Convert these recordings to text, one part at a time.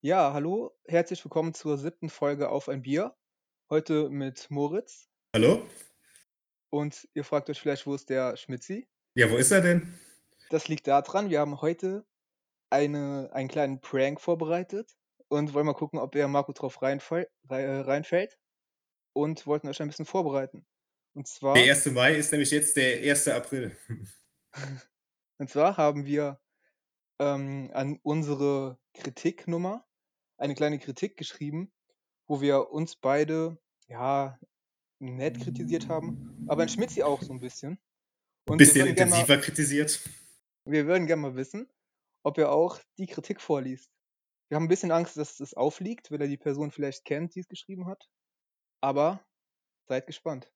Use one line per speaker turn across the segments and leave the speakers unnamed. Ja, hallo, herzlich willkommen zur siebten Folge Auf ein Bier. Heute mit Moritz.
Hallo?
Und ihr fragt euch vielleicht, wo ist der Schmitzi?
Ja, wo ist er denn?
Das liegt daran, wir haben heute eine, einen kleinen Prank vorbereitet und wollen mal gucken, ob der Marco drauf reinfall, rei- äh, reinfällt und wollten euch ein bisschen vorbereiten. Und zwar,
Der 1. Mai ist nämlich jetzt der 1. April.
und zwar haben wir ähm, an unsere Kritiknummer eine kleine Kritik geschrieben, wo wir uns beide, ja, nett kritisiert haben, aber ein Schmitzi auch so ein bisschen. Und wir
Bisschen
würden gerne mal-
intensiver kritisiert.
Wir würden gerne mal wissen, ob er auch die Kritik vorliest. Wir haben ein bisschen Angst, dass es aufliegt, weil er die Person vielleicht kennt, die es geschrieben hat. Aber seid gespannt.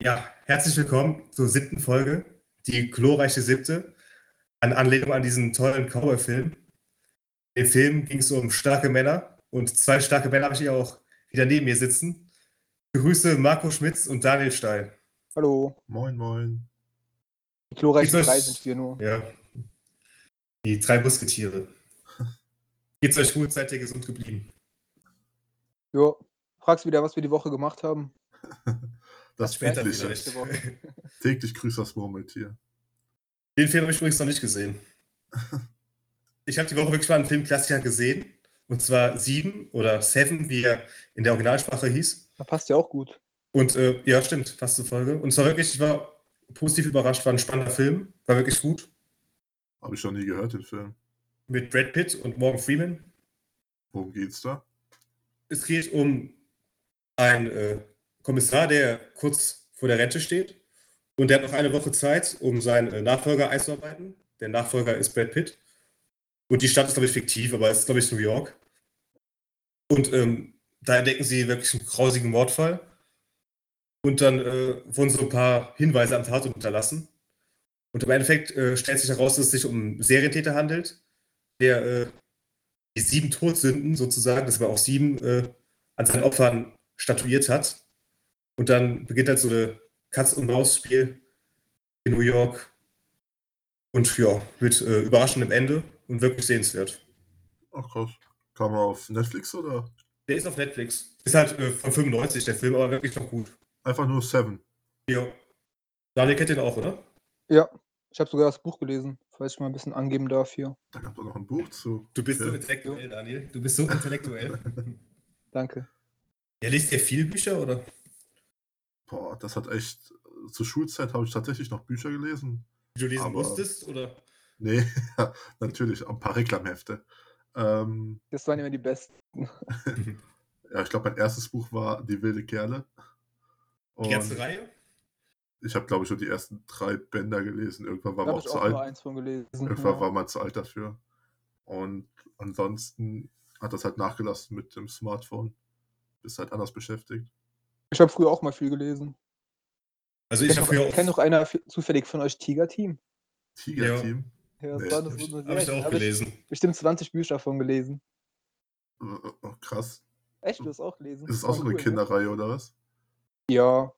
Ja, herzlich willkommen zur siebten Folge, die glorreiche siebte, an Anlehnung an diesen tollen Cowboy-Film. Im Film ging es um starke Männer und zwei starke Männer habe ich hier auch wieder neben mir sitzen. Ich Grüße Marco Schmitz und Daniel Stein.
Hallo.
Moin, moin.
Die glorreichen
Geht's euch-
drei sind wir nur.
Ja. Die drei Musketiere. Geht's euch gut? Seid ihr gesund geblieben?
Jo. Fragst wieder, was wir die Woche gemacht haben.
Das
Das
später
Vielleicht
tägliche,
vielleicht.
nächste Woche.
täglich grüßt das Murmeltier.
Den Film habe ich übrigens noch nicht gesehen. Ich habe die Woche wirklich mal einen Filmklassiker gesehen. Und zwar Sieben oder Seven, wie er in der Originalsprache hieß.
Da passt ja auch gut.
Und äh, ja, stimmt, fast zur Folge. Und zwar wirklich, ich war positiv überrascht, war ein spannender Film, war wirklich gut.
Habe ich noch nie gehört, den Film.
Mit Brad Pitt und Morgan Freeman.
Worum geht's da?
Es geht um einen äh, Kommissar, der kurz vor der Rente steht. Und der hat noch eine Woche Zeit, um seinen äh, Nachfolger einzuarbeiten. Der Nachfolger ist Brad Pitt. Und die Stadt ist, glaube ich, fiktiv, aber es ist, glaube ich, New York. Und ähm, da entdecken sie wirklich einen grausigen Mordfall. Und dann äh, wurden so ein paar Hinweise am Tatort unterlassen. Und im Endeffekt äh, stellt sich heraus, dass es sich um einen Serientäter handelt, der äh, die sieben Todsünden sozusagen, das war auch sieben, äh, an seinen Opfern statuiert hat. Und dann beginnt halt so eine Katz-und-Maus-Spiel in New York. Und ja, mit äh, überraschendem Ende und wirklich sehenswert.
Ach krass. Kam er auf Netflix oder?
Der ist auf Netflix. Ist halt äh, von 95 der Film, aber wirklich noch gut.
Einfach nur Seven.
Ja. Daniel kennt den auch, oder?
Ja. Ich habe sogar das Buch gelesen, falls ich mal ein bisschen angeben darf hier.
Da gab es noch ein Buch zu.
Du bist
Ja.
intellektuell, Daniel. Du bist so intellektuell.
Danke.
ja, liest ihr viele Bücher, oder?
Boah, das hat echt. äh, Zur Schulzeit habe ich tatsächlich noch Bücher gelesen.
Die du lesen
Aber-
musstest, oder?
Nee, natürlich, ein paar Reklamhefte. Ähm,
Das waren immer die besten.
ja, ich glaube, mein erstes Buch war Die wilde Kerle.
Die
Und
ganze Reihe?
ich habe, glaube ich, nur die ersten drei Bänder gelesen. Irgendwann war
Da
man
habe
auch
ich
zu
auch nur
alt.
eins von gelesen.
Irgendwann
ja.
war man zu alt dafür. Und ansonsten hat das halt nachgelassen mit dem Smartphone. Bist halt anders beschäftigt.
Ich habe früher auch mal viel gelesen.
Also ich
Kennt
habe
noch,
früher auch.
kennt noch einer f- zufällig von euch Tiger Team?
Ja.
Tiger-Team.
Ja, das
Nee,
war
Hab
das
ich,
so eine
hab ich
Serie.
auch
Hab ich
gelesen.
Bestimmt 20 Bücher davon gelesen.
Äh, äh, krass.
Echt, du hast auch gelesen?
Ist es
War
auch so eine
cool, ne?
Kinderreihe oder was?
Ja.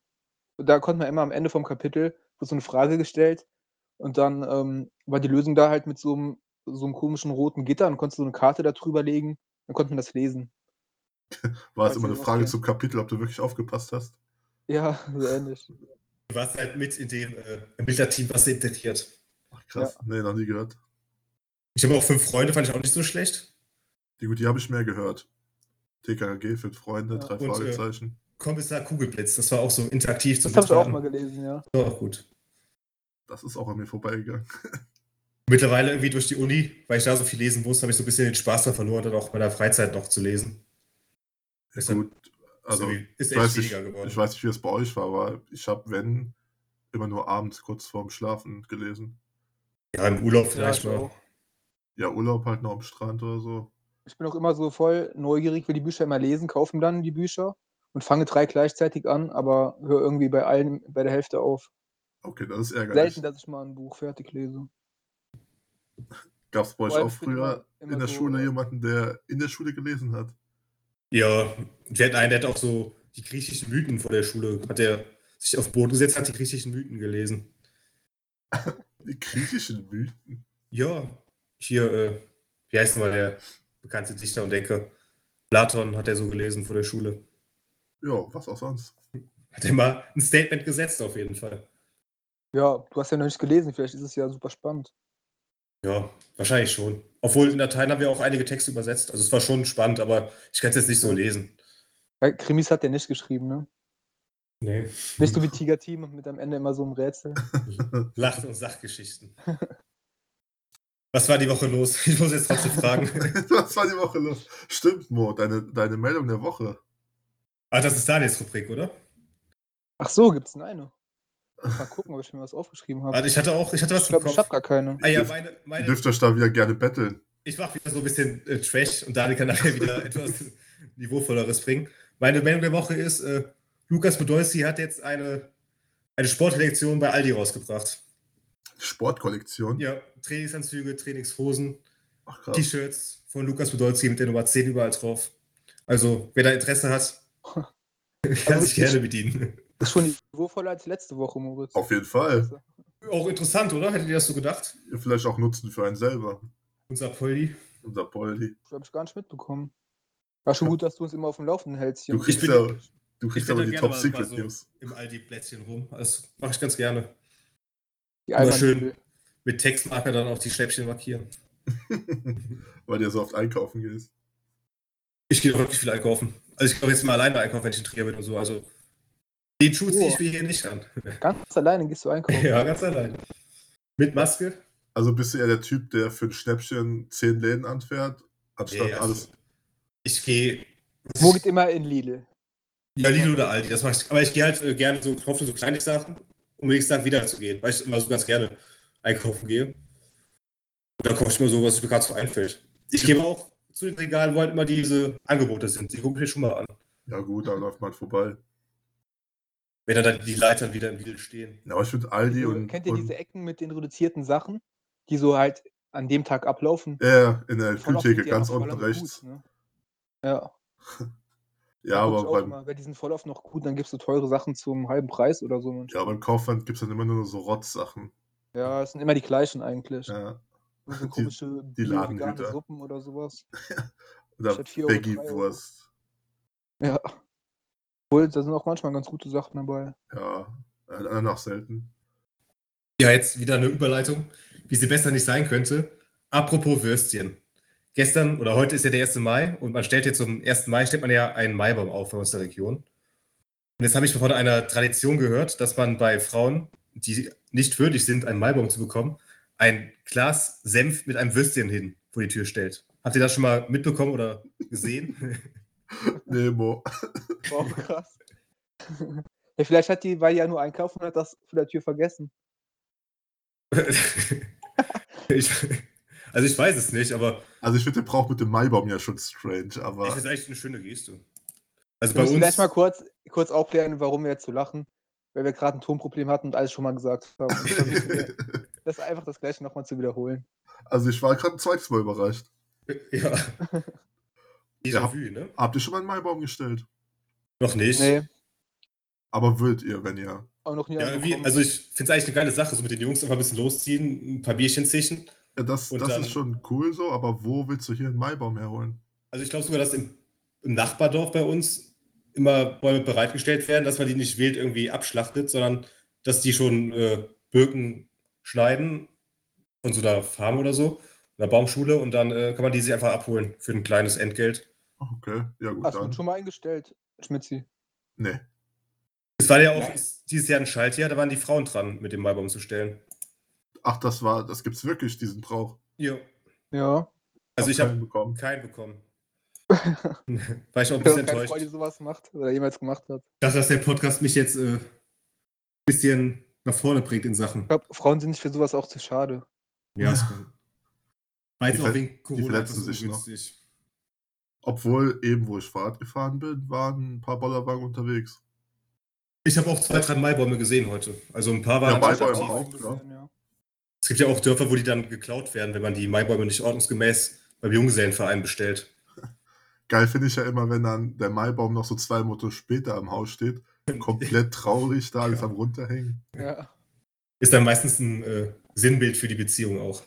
Und Da konnte man immer am Ende vom Kapitel, wurde so eine Frage gestellt und dann ähm, war die Lösung da halt mit so einem, so einem komischen roten Gitter und konntest du so eine Karte da drüber legen, dann konnte man das lesen.
War
Weiß
es immer
ich
eine
noch
Frage
nicht.
zum Kapitel, ob du wirklich aufgepasst hast?
Ja, so ähnlich.
Du warst halt mit in dem äh, Ermittlerteam, was sie integriert.
Ach, krass. Nee, noch nie gehört.
Ich habe auch fünf Freunde, fand ich auch nicht so schlecht.
Die, gut, die habe ich mehr gehört. TKG für Freunde,
Ja.
drei
Und, äh,
Fragezeichen.
Kommissar Kugelblitz, das war auch so interaktiv.
Das habe ich auch mal gelesen, ja.
Das war auch gut.
Das ist auch an mir vorbeigegangen.
Mittlerweile irgendwie durch die Uni, weil ich da so viel lesen musste, habe ich so ein bisschen den Spaß da verloren, dann auch meiner Freizeit noch zu lesen. Deshalb
Gut, also
ist, irgendwie- ist
ich
echt
weiß, nicht,
weniger geworden.
ich weiß nicht, wie es bei euch war, aber ich habe, wenn, immer nur abends kurz vorm Schlafen gelesen.
ja, im Urlaub
ja
vielleicht
ich,
mal.
auch.
Ja, Urlaub halt noch am Strand oder so.
ich bin auch immer so voll neugierig, will die Bücher immer lesen, kaufe mir dann die Bücher und fange drei gleichzeitig an, aber höre irgendwie bei allen bei der Hälfte auf.
Okay, das ist ärgerlich.
Selten, dass ich mal ein Buch fertig lese.
Gab es bei euch
Vor allem
auch
ich bin
früher
immer-
in der
immer so,
Schule
äh,
jemanden, der in der Schule gelesen hat?
Ja, wir hatten einen, der hat auch so die griechischen Mythen vor der Schule. Hat er sich auf den Boden gesetzt, hat die griechischen Mythen gelesen.
Die griechischen Mythen.
Ja, hier, äh, wie heißt denn mal der bekannte Dichter und Denker? Platon hat er so gelesen vor der Schule.
Ja, was auch sonst.
Hat er mal ein Statement gesetzt, auf jeden Fall.
Ja, du hast ja noch nicht gelesen, vielleicht ist es ja super spannend.
Ja, wahrscheinlich schon. Obwohl in Latein haben wir auch einige Texte übersetzt. Also es war schon spannend, aber ich kann es jetzt nicht so lesen.
Weil Krimis hat der nicht geschrieben, ne?
Nee.
Nicht
Hm.
so wie Tiger Team mit am Ende immer so einem Rätsel.
Lach- und Sachgeschichten. Was war die Woche los? Ich muss jetzt trotzdem fragen.
was war die Woche los? Stimmt, Mo, deine, deine Meldung der Woche.
Ah, das ist Daniels Rubrik, oder?
Ach so, gibt's denn eine? Mal gucken, ob ich mir was aufgeschrieben habe.
Warte, Ah, ich hatte auch, ich hatte was
Ich
im
glaube, ich habe
Kopf.
gar keine.
Ah ja, meine,
Ihr
meine,
dürft euch da wieder gerne betteln.
ich mache wieder so ein bisschen äh, Trash und Daniel kann nachher wieder etwas niveauvolleres bringen. Meine Meldung der Woche ist, äh, Lukas Podolski hat jetzt eine, eine Sportreaktion bei Aldi rausgebracht.
Sportkollektion.
Ja, Trainingsanzüge, Trainingshosen,
Ach krass.
T-Shirts von Lukas Podolski mit der Nummer 10 überall drauf. Also, wer da Interesse hat, kann sich gerne bedienen.
Ist schon niveauvoller als letzte Woche, Moritz.
Auf jeden Fall.
Auch interessant, oder? Hättet ihr das so gedacht?
Vielleicht auch nutzen für einen selber.
Unser Poldi.
Unser Poldi.
Habe ich gar nicht mitbekommen. War schon gut, dass du uns immer auf dem Laufenden hältst hier.
Du kriegst,
bin-
ja, du
Ich
kriegst
bin
aber
da
die
gerne
Top
mal, mal
Secret
so
News.
im Aldi-Plätzchen rum. Das mache ich ganz gerne.
Die
Aber
Alman-
schön. Mit Textmarker dann auch die Schnäppchen markieren.
Weil du ja so oft einkaufen gehst.
Ich gehe doch wirklich viel einkaufen. Also ich gehe auch jetzt mal alleine einkaufen, wenn ich in Trier bin und so. Also den Schuh ziehe ich mir hier nicht an.
Ganz alleine gehst du einkaufen.
ja, ganz allein. Mit Maske?
Also bist du eher der Typ, der für ein Schnäppchen zehn Läden anfährt, anstatt
Nee, also,
alles.
Ich gehe.
Wo geht immer in Lidl?
Ja, Lidl oder Aldi, das mache ich. Aber ich gehe halt äh, gerne so kaufe so kleine Sachen, um nächsten Tag wieder zu gehen, weil ich immer so ganz gerne einkaufen gehe. Und dann kaufe ich mir so, was mir gerade so einfällt. Ich gehe aber auch zu den Regalen, wo halt immer diese Angebote sind. Die gucke ich mir schon mal an.
Ja gut, da läuft man vorbei.
Wenn dann die Leitern wieder im Lidl stehen.
Ja, aber ich finde Aldi
So,
und.
Kennt ihr
und,
diese Ecken mit den reduzierten Sachen, die so halt an dem Tag ablaufen?
Ja, in der
Voll oft
Kühltheke,
sind die ja
ganz
noch voll
unten
oft gut,
rechts.
ne? Ja,
Ja,
guck ich
aber
auch
beim,
immer, weil die sind voll oft noch gut, dann gibst du teure Sachen zum halben Preis oder so.
ja, beim Kaufland gibt es dann immer nur so Rotzsachen.
Ja, es sind immer die gleichen eigentlich.
Ja.
Nur
die-
so komische
die
bio-
Ladenhüter.
vegane Suppen oder sowas.
Oder
Statt vier Euro, drei Euro.
Veggie-Wurst.
Ja. Obwohl, da sind auch manchmal ganz gute Sachen dabei.
Ja, äh, danach selten.
Ja, jetzt wieder eine Überleitung, wie sie besser nicht sein könnte. Apropos Würstchen. Gestern oder heute ist ja der 1. Mai und man stellt jetzt zum 1. Mai, stellt man ja einen Maibaum auf bei uns in der Region. Und jetzt habe ich von einer Tradition gehört, dass man bei Frauen, die nicht würdig sind, einen Maibaum zu bekommen, ein Glas Senf mit einem Würstchen hin vor die Tür stellt. Habt ihr das schon mal mitbekommen oder gesehen?
Nemo.
Wow, krass. ja, vielleicht hat die, weil die ja nur einkaufen und hat, das vor der Tür vergessen.
ich, also ich weiß es nicht, aber
Also ich finde den Brauch mit dem Maibaum ja schon strange,
Ich
aber
finde eigentlich eine schöne Geste. Also
Wir
bei
müssen
uns,
gleich mal kurz, kurz aufklären, warum wir jetzt so lachen. Weil wir gerade ein Tonproblem hatten und alles schon mal gesagt haben. Und versuchen wir, das einfach das gleiche nochmal zu wiederholen.
also ich war gerade ein zweites Mal überrascht.
ja.
Ja.
Déjà-vu, ne?
Habt ihr schon mal einen Maibaum gestellt?
Noch nicht.
Nee,
Aber würdet ihr, wenn ihr.
auch noch nie
Ja,
einen
irgendwie,
bekommen.
also ich finde es eigentlich eine geile Sache, so mit den Jungs einfach ein bisschen losziehen, ein paar Bierchen zischen.
Ja, das
Und
das
dann-
ist schon cool so, aber wo willst du hier einen Maibaum herholen?
Also ich glaube sogar, dass im, im Nachbardorf bei uns immer Bäume bereitgestellt werden, dass man die nicht wild irgendwie abschlachtet, sondern dass die schon äh, Birken schneiden von so einer Farm oder so, einer Baumschule und dann äh, kann man die sich einfach abholen für ein kleines Entgelt.
Ach, Okay, ja gut,
Hast du
dann.
ihn schon mal eingestellt, Schmitzi?
Nee.
Es war ja auch dieses Jahr ein Schaltjahr, da waren die Frauen dran, mit dem Maibaum zu stellen.
Ach, das war, das gibt's wirklich, diesen Brauch.
Ja.
Ja.
Also ich
keinen
habe
bekommen.
keinen bekommen. War ich auch ein
Ich
bisschen
habe keine
enttäuscht.
Freude, die sowas macht oder jemals gemacht hat.
Dass das der Podcast mich jetzt äh, ein bisschen nach vorne bringt in Sachen.
Ich glaube, Frauen sind sich für sowas auch zu schade.
Ja, es war
Die
jetzt auch
ver-
wegen Corona
verletzen
etwas
sich ne? noch.
ungünstig.
Obwohl, eben wo ich Fahrrad gefahren bin, waren ein paar Bollerwagen unterwegs.
Ich habe auch zwei, drei Maibäume gesehen heute. Also ein paar waren
Ja,
natürlich
Maibäume
aktiv.
auch.
ja.
Es gibt ja auch Dörfer, wo die dann geklaut werden, wenn man die Maibäume nicht ordnungsgemäß beim Junggesellenverein bestellt.
Geil finde ich ja immer, wenn dann der Maibaum noch so zwei Monate später am Haus steht, komplett traurig da, alles am runterhängen.
Ja.
Ist dann meistens ein äh, Sinnbild für die Beziehung auch.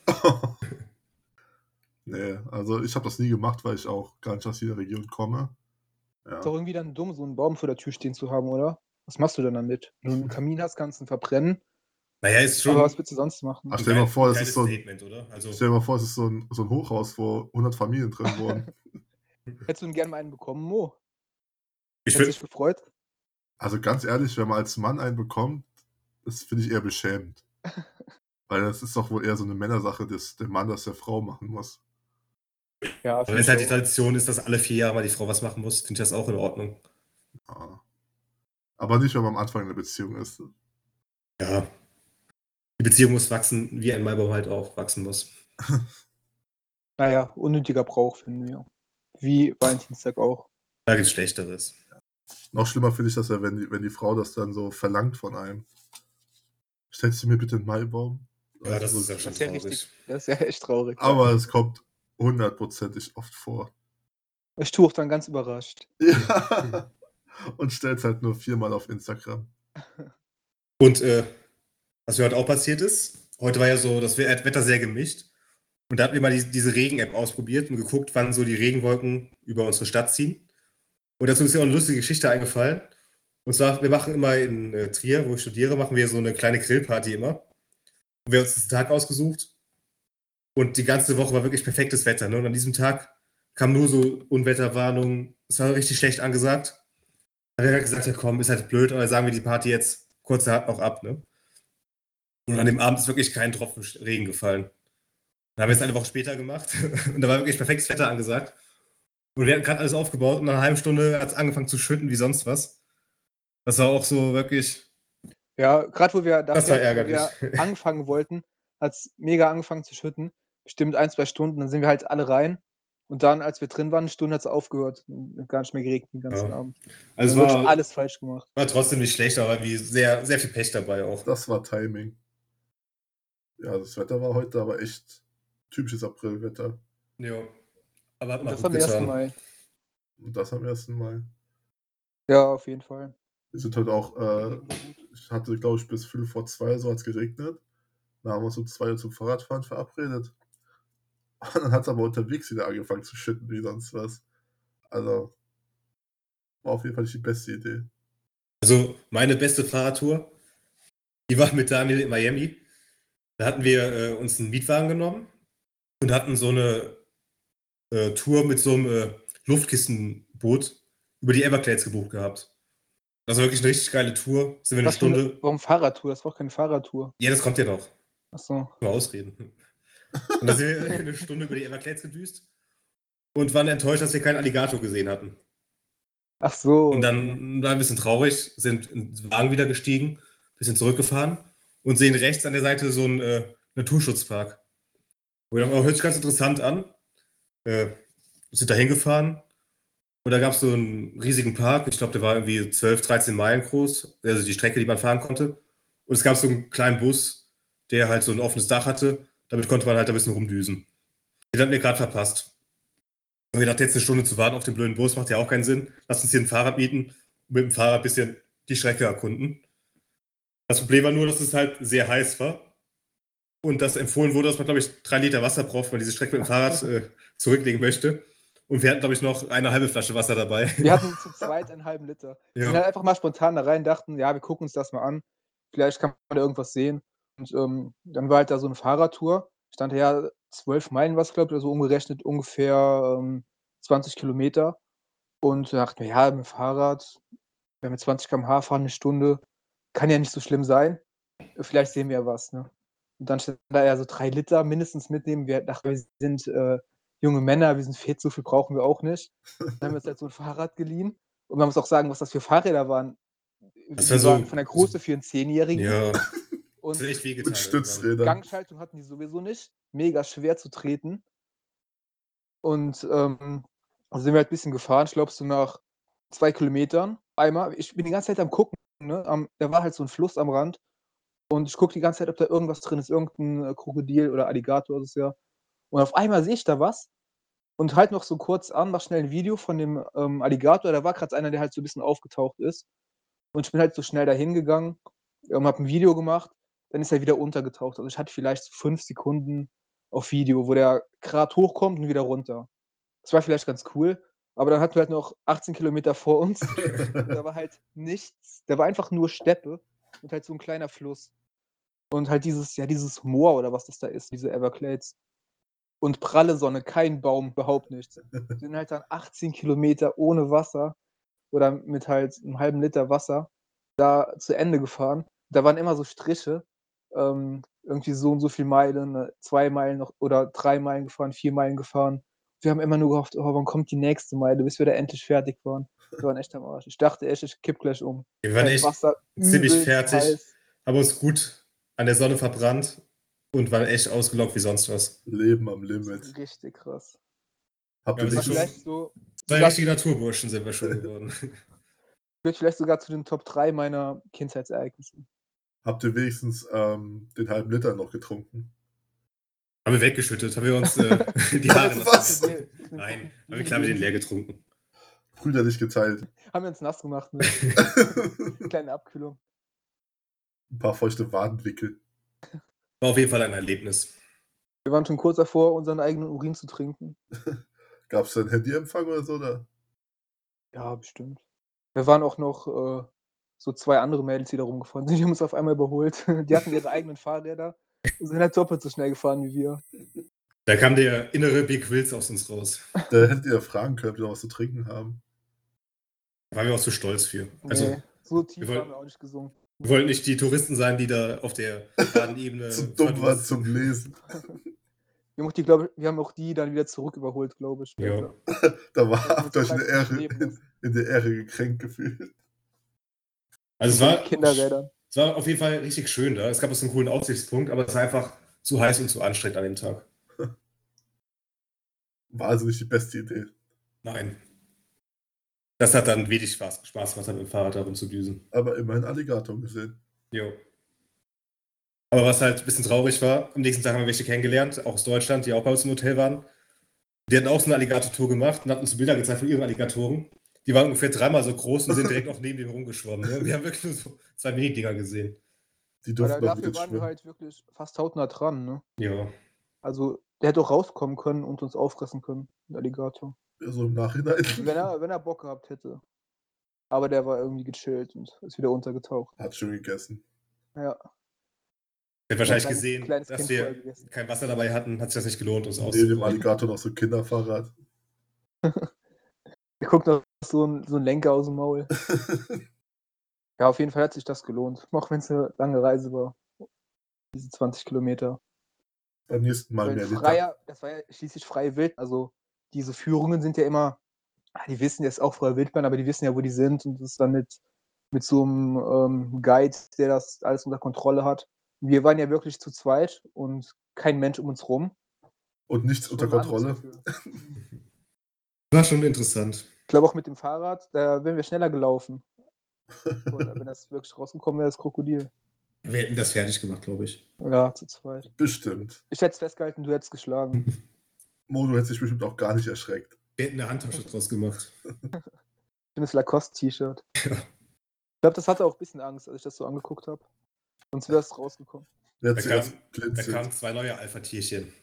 nee, also ich habe das nie gemacht, weil ich auch gar nicht aus jeder Region komme. Ja.
Ist doch irgendwie dann dumm, so einen Baum vor der Tür stehen zu haben, oder? Was machst du denn damit? Wenn du einen Kamin hast, kannst du ihn verbrennen.
Naja, ist schon.
Aber was willst du sonst machen?
Ach, stell dir mal vor, das
geiles
ist so ein,
Statement, oder? Also,
stell dir mal vor, es ist so ein, so ein Hochhaus, wo 100 Familien drin wohnen.
Hättest du denn gerne mal einen bekommen, Mo?
ich
Hättest
würde
dich gefreut?
Also ganz ehrlich, wenn man als Mann einen bekommt, das finde ich eher beschämend. Weil das ist doch wohl eher so eine Männersache, dass der Mann das der Frau machen muss.
Ja,
Wenn es halt die Tradition ist, dass alle vier Jahre mal die Frau was machen muss, finde ich das auch in Ordnung.
Ja. Aber nicht, wenn man am Anfang einer Beziehung ist.
Ja. Die Beziehung muss wachsen, wie ein Maibaum halt auch wachsen muss.
Naja, unnötiger Brauch, finden wir. Wie Valentinstag auch.
Da gibt es Schlechteres.
Noch schlimmer finde ich das ja, wenn die, wenn die Frau das dann so verlangt von einem. Stellst du mir bitte einen Maibaum? Also,
Ja, das ist ja
Das
schon
ist ja
traurig.
richtig. Das ist ja echt traurig.
Aber es kommt hundertprozentig oft vor.
Ich tue auch dann ganz überrascht.
Ja. Und stellt halt nur viermal auf Instagram.
Und äh, was mir heute auch passiert ist, heute war ja so das We- Wetter sehr gemischt. Und da hatten wir mal die, diese Regen-App ausprobiert und geguckt, wann so die Regenwolken über unsere Stadt ziehen. Und dazu ist mir auch eine lustige Geschichte eingefallen. Und zwar, wir machen immer in äh, Trier, wo ich studiere, machen wir so eine kleine Grillparty immer. Und wir haben uns den Tag ausgesucht. Und die ganze Woche war wirklich perfektes Wetter. Ne? Und an diesem Tag kam nur so Unwetterwarnung. Es war richtig schlecht angesagt. Da haben wir halt gesagt, ja komm, ist halt blöd, aber sagen wir die Party jetzt kurz auch ab, ne? Und an dem Abend ist wirklich kein Tropfen Regen gefallen. Dann haben wir es eine Woche später gemacht und da war wirklich perfektes Wetter angesagt. Und wir hatten gerade alles aufgebaut und nach einer halben Stunde hat es angefangen zu schütten wie sonst was. Das war auch so wirklich.
Ja, gerade wo wir da
Das war
wo wir anfangen wollten, hat es mega angefangen zu schütten. Bestimmt ein, zwei Stunden, dann sind wir halt alle rein. Und dann, als wir drin waren, eine Stunde hat es aufgehört. Und gar nicht mehr geregnet den ganzen
Ja.
Abend.
Also
Also wir haben schon
war,
alles falsch gemacht.
war trotzdem nicht schlecht, aber wie sehr, sehr viel Pech dabei auch.
Das war Timing. Ja, das Wetter war heute aber echt typisches Aprilwetter.
Ja. Aber hat
Und
mal
das
gut
am ersten
getan.
Mal.
Und das am ersten Mal.
Ja, auf jeden Fall.
Wir sind heute auch, äh, ich hatte, glaube ich, bis Viertel vor zwei so hat es geregnet. Dann haben wir uns um zwei Uhr zum Fahrradfahren verabredet. Und dann hat es aber unterwegs wieder angefangen zu schütten, wie sonst was. Also, war auf jeden Fall nicht die beste Idee.
Also meine beste Fahrradtour, die war mit Daniel in Miami. Da hatten wir äh, uns einen Mietwagen genommen und hatten so eine äh, Tour mit so einem äh, Luftkissenboot über die Everglades gebucht gehabt. Das war wirklich eine richtig geile Tour. Sind wir eine
Was für
Stunde.
eine, warum Fahrradtour? Das war auch keine Fahrradtour.
Ja, das kommt ja noch.
Achso.
Mal ausreden. Und da sind wir eine Stunde über die Everglades gedüst und waren enttäuscht, dass wir keinen Alligator gesehen hatten.
Ach so.
Und dann war ein bisschen traurig, sind in den Wagen wieder gestiegen, bisschen zurückgefahren und sehen rechts an der Seite so einen äh, Naturschutzpark. Und wir dachten, oh, hört sich ganz interessant an. Äh, sind da hingefahren und da gab es so einen riesigen Park. Ich glaube, der war irgendwie 12, 13 Meilen groß, also die Strecke, die man fahren konnte. Und es gab so einen kleinen Bus, der halt so ein offenes Dach hatte. Damit konnte man halt ein bisschen rumdüsen. Den hatten wir gerade verpasst. Und wir dachten, jetzt eine Stunde zu warten auf den blöden Bus macht ja auch keinen Sinn. Lass uns hier ein Fahrrad mieten und mit dem Fahrrad ein bisschen die Strecke erkunden. Das Problem war nur, dass es halt sehr heiß war und dass empfohlen wurde, dass man, glaube ich, drei Liter Wasser braucht, wenn man diese Strecke mit dem Fahrrad äh, zurücklegen möchte. Und wir hatten, glaube ich, noch eine halbe Flasche Wasser dabei.
Wir hatten zu zweit einen halben Liter. Wir sind
Ja.
halt einfach mal spontan da rein, dachten, ja, wir gucken uns das mal an. Vielleicht kann man da irgendwas sehen. Und ähm, dann war halt da so eine Fahrradtour. Stand da ja zwölf Meilen, was glaube ich, also umgerechnet ungefähr ähm, 20 Kilometer. Und da dachten wir, ja, mit dem Fahrrad, wenn wir 20 km/h fahren, eine Stunde, kann ja nicht so schlimm sein. Vielleicht sehen wir ja was. Ne? Und dann stand da ja so drei Liter mindestens mitnehmen. Wir dachten, wir sind äh, junge Männer, wir sind fit, so viel brauchen wir auch nicht. Dann haben wir uns halt so ein Fahrrad geliehen. Und man muss auch sagen, was das für Fahrräder waren.
Das
Die
war so-
waren von der Größe für einen Zehnjährigen.
Ja, das
und
hat echt wehgetan.
Mit Stützrädern.
Gangschaltung hatten die sowieso nicht. Mega schwer zu treten. Und ähm, dann sind wir halt ein bisschen gefahren. Ich glaube, so nach zwei Kilometern. Einmal, ich bin die ganze Zeit am Gucken. Ne? Am, da war halt so ein Fluss am Rand. Und ich gucke die ganze Zeit, ob da irgendwas drin ist. Irgendein äh, Krokodil oder Alligator ist es ja. Und auf einmal sehe ich da was. und halt noch so kurz an, mach schnell ein Video von dem ähm, Alligator. Da war gerade einer, der halt so ein bisschen aufgetaucht ist. Und ich bin halt so schnell dahin gegangen, ähm, habe ein Video gemacht, dann ist er wieder untergetaucht. Also ich hatte vielleicht fünf Sekunden auf Video, wo der gerade hochkommt und wieder runter. Das war vielleicht ganz cool, aber dann hatten wir halt noch 18 Kilometer vor uns. da war halt nichts, da war einfach nur Steppe und halt so ein kleiner Fluss. Und halt dieses, ja, dieses Moor oder was das da ist, diese Everglades. Und pralle Sonne, kein Baum, überhaupt nichts. Wir sind halt dann 18 Kilometer ohne Wasser oder mit halt einem halben Liter Wasser da zu Ende gefahren. Da waren immer so Striche, ähm, irgendwie so und so viel Meilen, ne, zwei Meilen noch oder drei Meilen gefahren, vier Meilen gefahren. Wir haben immer nur gehofft, oh, wann kommt die nächste Meile, bis wir da endlich fertig waren. Wir waren echt am Arsch. Ich dachte echt, ich kipp gleich um.
Wir waren
Das
echt
Wasser
ziemlich
übel
fertig.
heiß.
haben uns gut an der Sonne verbrannt und waren echt ausgelockt wie sonst was.
Leben am
Das
Limit.
ist Richtig krass.
Habt
Ja,
ihr
das
Das war
nicht
ist-
so,
vielleicht so,
Zwei
Ja.
richtige Naturburschen sind wir schon geworden.
gehört vielleicht sogar zu den Top 3 meiner Kindheitsereignissen.
habt ihr wenigstens ähm, den halben Liter noch getrunken?
Haben wir weggeschüttet, haben wir uns äh, die Haare nass
Was?
gemacht. Nein, haben wir klar mit den leer getrunken.
Brüderlich geteilt.
Haben wir uns nass gemacht mit
Ein
einer kleinen Abkühlung.
paar feuchte Wadenwickel.
War auf jeden Fall ein Erlebnis.
Wir waren schon kurz davor, unseren eigenen Urin zu trinken.
Gab es da einen Handyempfang oder so? Oder?
Ja, bestimmt. Wir waren auch noch äh, so zwei andere Mädels, die da rumgefahren sind. Die haben uns auf einmal überholt. Die hatten ihre eigenen Fahrräder und sind halt doppelt so schnell gefahren wie wir.
Da kam der innere Big Wills aus uns raus.
Da hättet ihr fragen können, ob wir noch was zu trinken haben.
Da waren wir auch zu stolz für. Also,
nee, so tief
wir wollen-
haben wir auch nicht gesungen.
wir wollten nicht die Touristen sein, die da auf der
Äh,
Badenebene.
zu dumm war zum Lesen.
Wir haben, auch die, glaub, ich- wir haben auch die dann wieder zurück überholt, glaube ich. Also,
Ja.
später.
Da war,
Wir haben uns
habt ihr euch
beim
in der, Ehre,
Leben
in,
lassen,
in der Ehre gekränkt gefühlt.
Also, es war,
Kinderrädern.
es war auf jeden Fall richtig schön da. Es gab auch so einen coolen Aussichtspunkt, aber es war einfach zu heiß und zu anstrengend an dem Tag.
War also nicht die beste Idee.
Nein. Das hat dann wenig Spaß, Spaß gemacht, mit dem Fahrrad da rumzudüsen.
Aber immerhin Alligator gesehen.
Jo. Aber was halt ein bisschen traurig war, am nächsten Tag haben wir welche kennengelernt, auch aus Deutschland, die auch bei uns im Hotel waren. Die hatten auch so eine Alligator-Tour gemacht und hatten uns Bilder gezeigt von ihren Alligatoren. Die waren ungefähr dreimal so groß und sind direkt auch neben dem rumgeschwommen. Ne? Wir haben wirklich nur so zwei Mini-Dinger gesehen.
Die
Aber da-
durften noch mit
dafür
uns
waren wir
schwimmen.
halt wirklich fast hautnah dran. Ne?
Ja.
Also der hätte auch rauskommen können und uns auffressen können, der Alligator.
So Also im Nachhinein.
Wenn er, wenn er Bock gehabt hätte. Aber der war irgendwie gechillt und ist wieder untergetaucht.
Hat schon gegessen.
Ja,
Der hat wahrscheinlich
kleines-
gesehen,
kleines
dass
Kind
wir
vorher gegessen.
kein Wasser dabei hatten, hat sich das nicht gelohnt, uns
Neben dem
auszuprobieren.
Alligator noch so ein Kinderfahrrad.
Er guckt noch so ein, so ein Lenker aus dem Maul. Ja, auf jeden Fall hat sich das gelohnt. Auch wenn es eine lange Reise war. Diese 20 Kilometer.
Beim nächsten Mal
Weil
mehr Liter.
freier, das war ja schließlich freie Wild. Also diese Führungen sind ja immer, ah, die wissen jetzt auch freie Wildbahn, aber die wissen ja, wo die sind und das ist dann mit, mit so einem ähm, Guide, der das alles unter Kontrolle hat. Wir waren ja wirklich zu zweit und kein Mensch um uns rum.
Und nichts unter
Schon ein anderes
Kontrolle.
Gefühl.
War schon interessant.
Ich glaube auch mit dem Fahrrad, da wären wir schneller gelaufen. Oder wenn das wirklich rausgekommen wäre, das Krokodil.
Wir hätten das fertig gemacht, glaube ich.
Ja, zu zweit.
Bestimmt.
Ich hätte es festgehalten, du hättest geschlagen.
Mo, du hättest dich bestimmt auch gar nicht erschreckt.
Wir hätten eine Handtasche draus gemacht.
Schönes Lacoste-T-Shirt. Ich glaube, das hatte auch ein bisschen Angst, als ich das so angeguckt habe. Sonst wäre es rausgekommen.
Wer hat
Da
zuerst
kam- Da
blinzelt?
kamen zwei neue Alpha-Tierchen.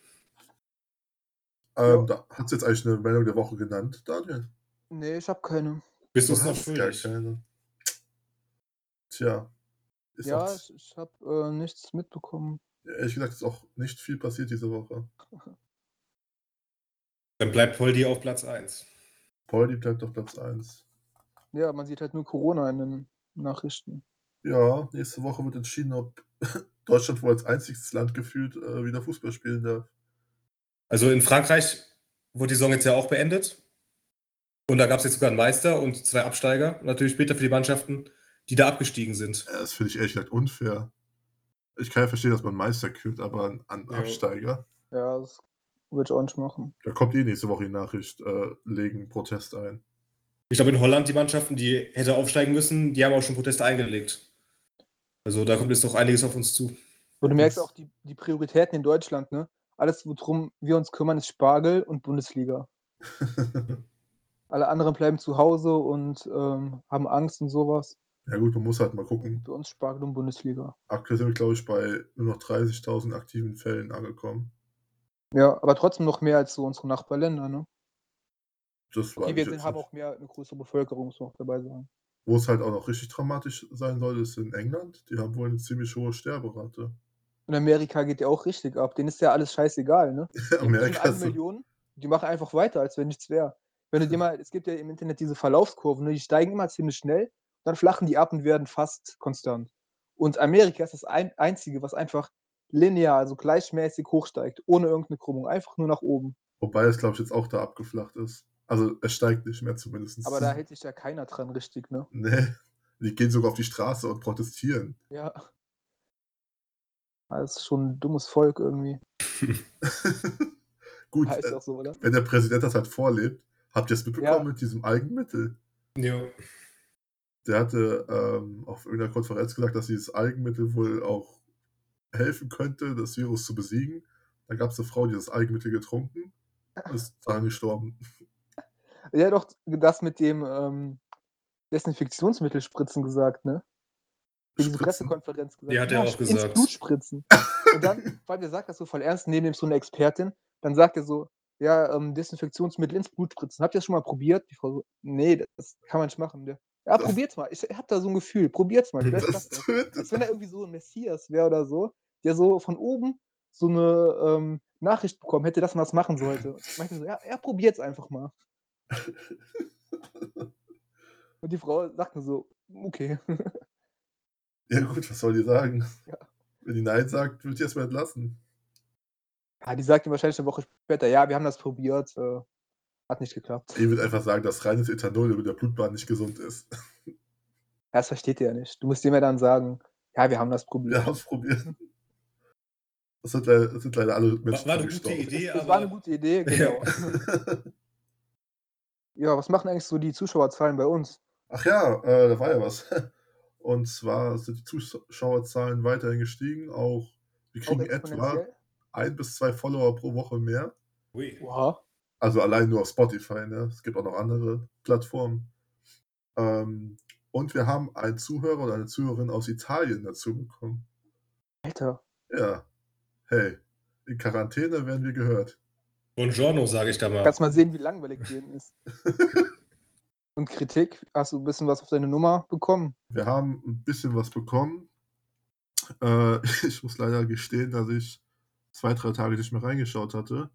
Ja.
Ähm, da hat jetzt eigentlich eine Meldung der Woche genannt, Daniel.
Nee, ich habe keine.
Bist du es noch
hast gar
schuldig?
keine. Tja. Ist
ja,
auch,
ich, ich habe äh, nichts mitbekommen.
ehrlich gesagt ist auch nicht viel passiert diese Woche.
Dann bleibt Poldi auf Platz 1.
Poldi bleibt auf Platz 1.
Ja, man sieht halt nur Corona in den Nachrichten.
Ja, nächste Woche wird entschieden, ob Deutschland wohl als einziges Land gefühlt äh, wieder Fußball spielen darf.
Also in Frankreich wurde die Saison jetzt ja auch beendet. Und da gab es jetzt sogar einen Meister und zwei Absteiger, natürlich später für die Mannschaften, die da abgestiegen sind.
Äh, Das finde ich ehrlich gesagt unfair. Ich kann ja verstehen, dass man Meister kürt, aber ein ein
Ja.
Absteiger.
Ja, das würde ich auch nicht machen.
Da kommt eh nächste Woche die Nachricht, äh, legen Protest ein.
Ich glaube, in Holland die Mannschaften, die hätte aufsteigen müssen, die haben auch schon Proteste eingelegt. Also da kommt jetzt noch einiges auf uns zu.
Und du merkst auch die, die Prioritäten in Deutschland, ne? Alles, worum wir uns kümmern, ist Spargel und Bundesliga. Alle anderen bleiben zu Hause und ähm, haben Angst und sowas.
ja gut, man muss halt mal gucken.
Für uns Spargel und Bundesliga.
Aktuell sind wir, glaube ich, bei nur noch 30.000 aktiven Fällen angekommen.
Ja, aber trotzdem noch mehr als so unsere Nachbarländer, ne?
Das weiß
Die
ich
wir
jetzt
sind, haben
nicht.
auch mehr eine größere Bevölkerung, muss man auch dabei sagen.
Wo es halt auch noch richtig dramatisch sein soll, ist in England. Die haben wohl eine ziemlich hohe Sterberate.
In Amerika geht ja auch richtig ab. Denen ist ja alles scheißegal, ne?
Amerika
Amerika
ist so,
Millionen, die machen einfach weiter, als wenn nichts wäre. Wenn du dir mal, es gibt ja im Internet diese Verlaufskurven, ne? die steigen immer ziemlich schnell, dann flachen die ab und werden fast konstant. Und Amerika ist das ein, einzige, was einfach linear, also gleichmäßig hochsteigt, ohne irgendeine Krümmung, einfach nur nach oben.
wobei es, glaube ich, jetzt auch da abgeflacht ist. Also es steigt nicht mehr zumindest.
Aber da hält sich ja keiner dran richtig, ne?
Nee. Die gehen sogar auf die Straße und protestieren.
Ja. Das ist schon ein dummes Volk irgendwie.
Gut,
Heißt
äh,
auch so, oder?
wenn der Präsident das halt vorlebt, habt ihr es mitbekommen
Ja.
mit diesem Algenmittel?
Jo.
Der hatte ähm, auf irgendeiner Konferenz gesagt, dass dieses Algenmittel wohl auch helfen könnte, das Virus zu besiegen. Da gab es eine Frau, die das Algenmittel getrunken und ist daran gestorben.
Ja, doch, das mit dem ähm, Desinfektionsmittelspritzen gesagt, ne? in diese
Spritzen.
Pressekonferenz gesagt.
Die hat
"Ja,
er auch
ins
gesagt."
Blut spritzen. Und dann, vor allem, der sagt das so voll ernst, neben dem so eine Expertin, dann sagt er so, ja, ähm, Desinfektionsmittel ins Blut spritzen. Habt ihr das schon mal probiert? Die Frau so, nee, das kann man nicht machen. Der, ja,
Das-
probiert's mal. Ich hab da so ein Gefühl. Probiert's mal. Vielleicht
Das
klappt das. Als
tötet.
wenn er irgendwie so ein Messias wäre oder so, der so von oben so eine ähm, Nachricht bekommen hätte, dass man das machen sollte. Und ich meinte so, ja, er probiert's einfach mal. Und die Frau sagt nur so, okay.
Ja gut, was soll die sagen?
Ja.
Wenn die Nein sagt, wird die erstmal entlassen.
Ja, die sagt ihm wahrscheinlich eine Woche später, ja, wir haben das probiert, äh, hat nicht geklappt.
Die wird einfach sagen, dass reines Ethanol über der Blutbahn nicht gesund ist.
Ja, Das versteht er ja nicht. Du musst dem ja dann sagen, ja, wir haben das probiert.
Wir haben es probiert. Das sind, leider, das sind leider alle
War,
Menschen
war eine gute
gestorben.
Idee,
das
aber.
war eine gute Idee, genau. Ja. was machen eigentlich so die Zuschauerzahlen bei uns?
Ach ja, äh, da war ja was. Und zwar sind die Zuschauerzahlen weiterhin gestiegen. Auch wir
Auch
kriegen etwa
exponentiell?
ein bis zwei Follower pro Woche mehr.
Ui.
Oha.
Also allein nur auf Spotify. Ne? Es gibt auch noch andere Plattformen. Ähm, und wir haben einen Zuhörer oder eine Zuhörerin aus Italien dazu bekommen.
Alter.
Ja. Hey, in Quarantäne werden wir gehört.
Buongiorno, sage ich da mal.
Kannst mal sehen, wie langweilig denen ist. Und Kritik? Hast du ein bisschen was auf deine Nummer bekommen?
Wir haben ein bisschen was bekommen. Äh, ich muss leider gestehen, dass ich zwei, drei Tage nicht mehr reingeschaut hatte,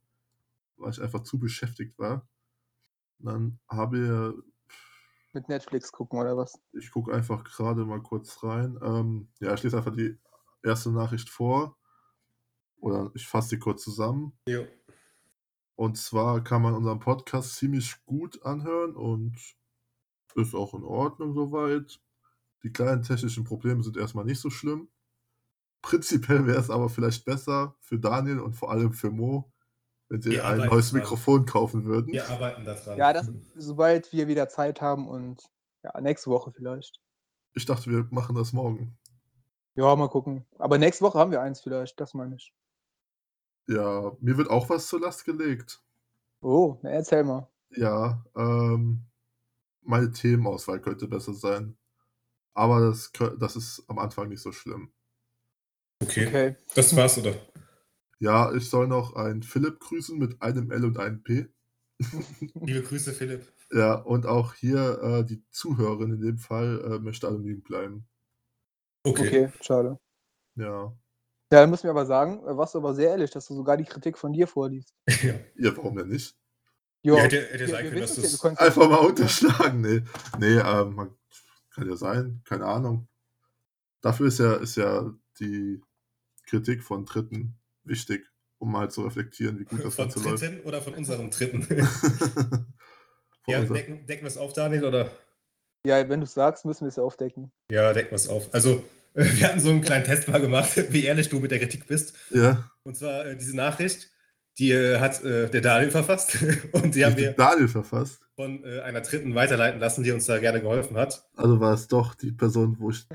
weil ich einfach zu beschäftigt war. Und dann habe
Mit Netflix gucken oder was?
ich, ich gucke einfach gerade mal kurz rein. Ähm, ja, ich lese einfach die erste Nachricht vor. Oder ich fasse die kurz zusammen.
Jo.
Und zwar kann man unseren Podcast ziemlich gut anhören und ist auch in Ordnung soweit. Die kleinen technischen Probleme sind erstmal nicht so schlimm. Prinzipiell wäre es aber vielleicht besser für Daniel und vor allem für Mo, wenn sie
Wir
ein
arbeiten
neues
dran.
Mikrofon kaufen würden.
Wir arbeiten da dran.
Ja, das, sobald wir wieder Zeit haben und ja, nächste Woche vielleicht.
Ich dachte, wir machen das morgen.
Ja, mal gucken. Aber nächste Woche haben wir eins vielleicht, das meine ich.
Ja, mir wird auch was zur Last gelegt.
Oh, na, erzähl mal.
Ja, ähm, meine Themenauswahl könnte besser sein. Aber das, kö- das ist am Anfang nicht so schlimm.
Okay.
Okay.
Das war's, oder?
Ja, ich soll noch einen Philipp grüßen mit einem L und einem P.
Liebe Grüße, Philipp.
Ja, und auch hier äh, die Zuhörerin in dem Fall äh, möchte anonym bleiben.
Okay.
Okay, schade.
Ja.
Ja, dann müssen wir aber sagen, äh, warst du aber sehr ehrlich, dass du sogar die Kritik von dir vorliest.
Ja.
Ja, warum denn nicht?
Jo,
Ja, hätte hätte
wir-
sein
wir
können, dass
wissen es ja, wir
das.
konnen's ja
Einfach mal
nicht.
unterschlagen. Nee, nee ähm, man- kann ja sein, keine Ahnung. Dafür ist ja, ist ja die Kritik von Dritten wichtig, um mal zu reflektieren, wie gut das
Von
Ganze läuft.
Dritten oder von unserem Dritten?
Von
ja, ne,
unser-
decken, decken wir es auf, Daniel, oder?
Ja, wenn du es sagst, müssen wir es ja aufdecken.
Ja, decken wir es auf. Also, äh, wir hatten so einen kleinen Test mal gemacht, wie ehrlich du mit der Kritik bist.
ja.
Und zwar äh, diese Nachricht, die äh, hat äh, der Daniel verfasst und die haben wir
Daniel verfasst.
von äh, einer Dritten weiterleiten lassen, die uns da gerne geholfen hat.
Also war es doch die Person, wo ich.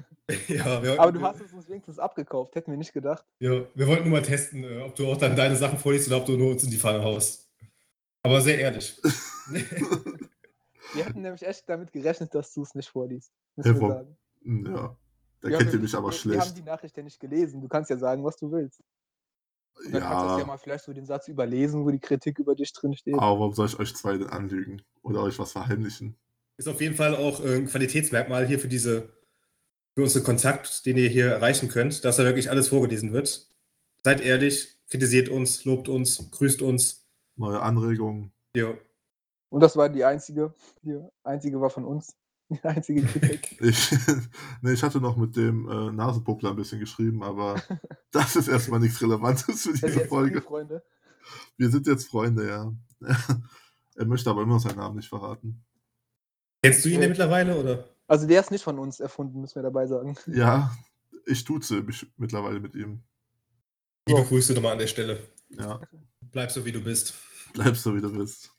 ja, wir,
Aber du hast es uns wenigstens abgekauft, hätten wir nicht gedacht.
Ja, wir wollten nur mal testen, äh, ob du auch dann deine Sachen vorliest oder ob du nur uns in die Pfanne haust. Aber sehr ehrlich.
Wir hatten nämlich echt damit gerechnet, dass du es nicht vorliest.
Hey,
Müssen wir
warum?
sagen.
Ja, da
Wir
kennt
haben
ihr mich
ja-
aber
wir, Wir haben
schlecht.
die Nachricht ja nicht gelesen. Du kannst ja sagen, was du willst. Und dann kannst du ja
Ja,
mal vielleicht so den Satz überlesen, wo die Kritik über dich drin steht.
aber warum soll ich euch zwei denn anlügen? Oder euch was verheimlichen?
Ist auf jeden Fall auch äh, ein Qualitätsmerkmal hier für diese, für unseren Kontakt, den ihr hier erreichen könnt, dass da wirklich alles vorgelesen wird. Seid ehrlich, kritisiert uns, lobt uns, grüßt uns.
Neue Anregungen?
Jo.
Und das war die einzige. Die einzige war von uns. Die einzige Kritik.
Ich, nee, ich hatte noch mit dem äh, Nasenpuppler ein bisschen geschrieben, aber das ist erstmal nichts Relevantes für
Das
diese
ist jetzt die
Folge.
Freunde.
Wir sind jetzt Freunde, ja. er möchte aber immer noch seinen Namen nicht verraten.
Kennst du ihn
Ja.
denn mittlerweile oder?
Also der ist nicht von uns erfunden, müssen wir dabei sagen.
Ja, ich duze mich mittlerweile mit ihm.
Liebe Grüße nochmal an der Stelle.
Ja,
Bleib so wie du bist.
bleib so, wie du bist.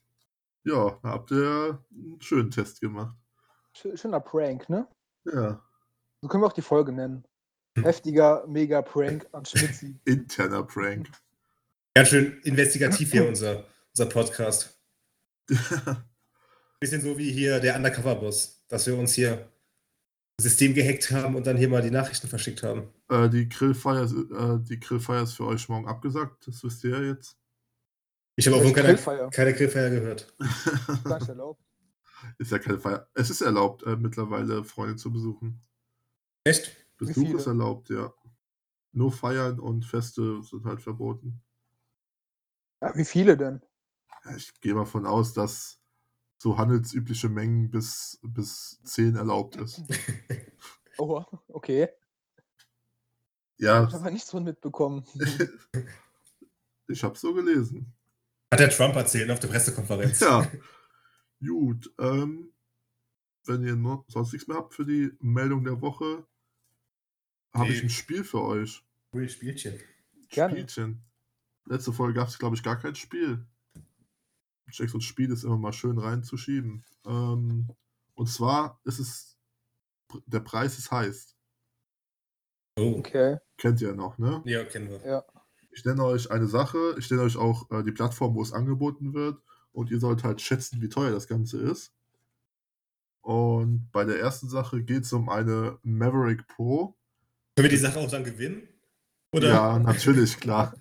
Ja, da habt ihr einen schönen Test gemacht.
Schö- Schöner Prank, ne?
Ja,
So können wir auch die Folge nennen.
Hm.
Heftiger Mega-Prank an Schmitzi.
interner Prank.
Ganz schön investigativ hier unser, unser Podcast. Bisschen so wie hier der Undercover-Boss, dass wir uns hier das System gehackt haben und dann hier mal die Nachrichten verschickt haben.
Äh, die Grillfeier, ist- äh, die Grillfeier ist für euch morgen abgesagt, das wisst ihr ja jetzt.
Ich habe auch von keine,
Äh, Grillfeier.
keine Grillfeier gehört.
Ganz erlaubt.
ist ja keine Feier. Es ist erlaubt, äh, mittlerweile Freunde zu besuchen.
Echt?
Wie
Besuch
viele?
ist erlaubt, ja. Nur Feiern und Feste sind halt verboten.
Ja, wie viele denn?
Ja, ich gehe mal von aus, dass so handelsübliche Mengen bis, bis 10 erlaubt ist.
Oh, okay.
Ja,
Ich habe aber nichts von mitbekommen.
ich habe so gelesen.
Hat der Trump erzählt auf der Pressekonferenz.
Ja. Gut, ähm, wenn ihr noch sonst nichts mehr habt für die Meldung der Woche, habe
Nee.
ich ein Spiel für euch.
Cooles Spielchen.
Gerne.
Spielchen. Letzte Folge gab es, glaube ich, gar kein Spiel. Check so ein Spiel ist immer mal schön reinzuschieben. Ähm, und zwar ist es der Preis ist heiß.
Oh,
Okay.
Kennt ihr noch, ne?
ja, kennen wir.
Ich nenne euch eine Sache, ich nenne euch auch äh, die Plattform, wo es angeboten wird und ihr sollt halt schätzen, wie teuer das Ganze ist. Und bei der ersten Sache geht es um eine Maverick Pro.
Können wir die Sache auch dann gewinnen? Oder?
Ja, natürlich, klar.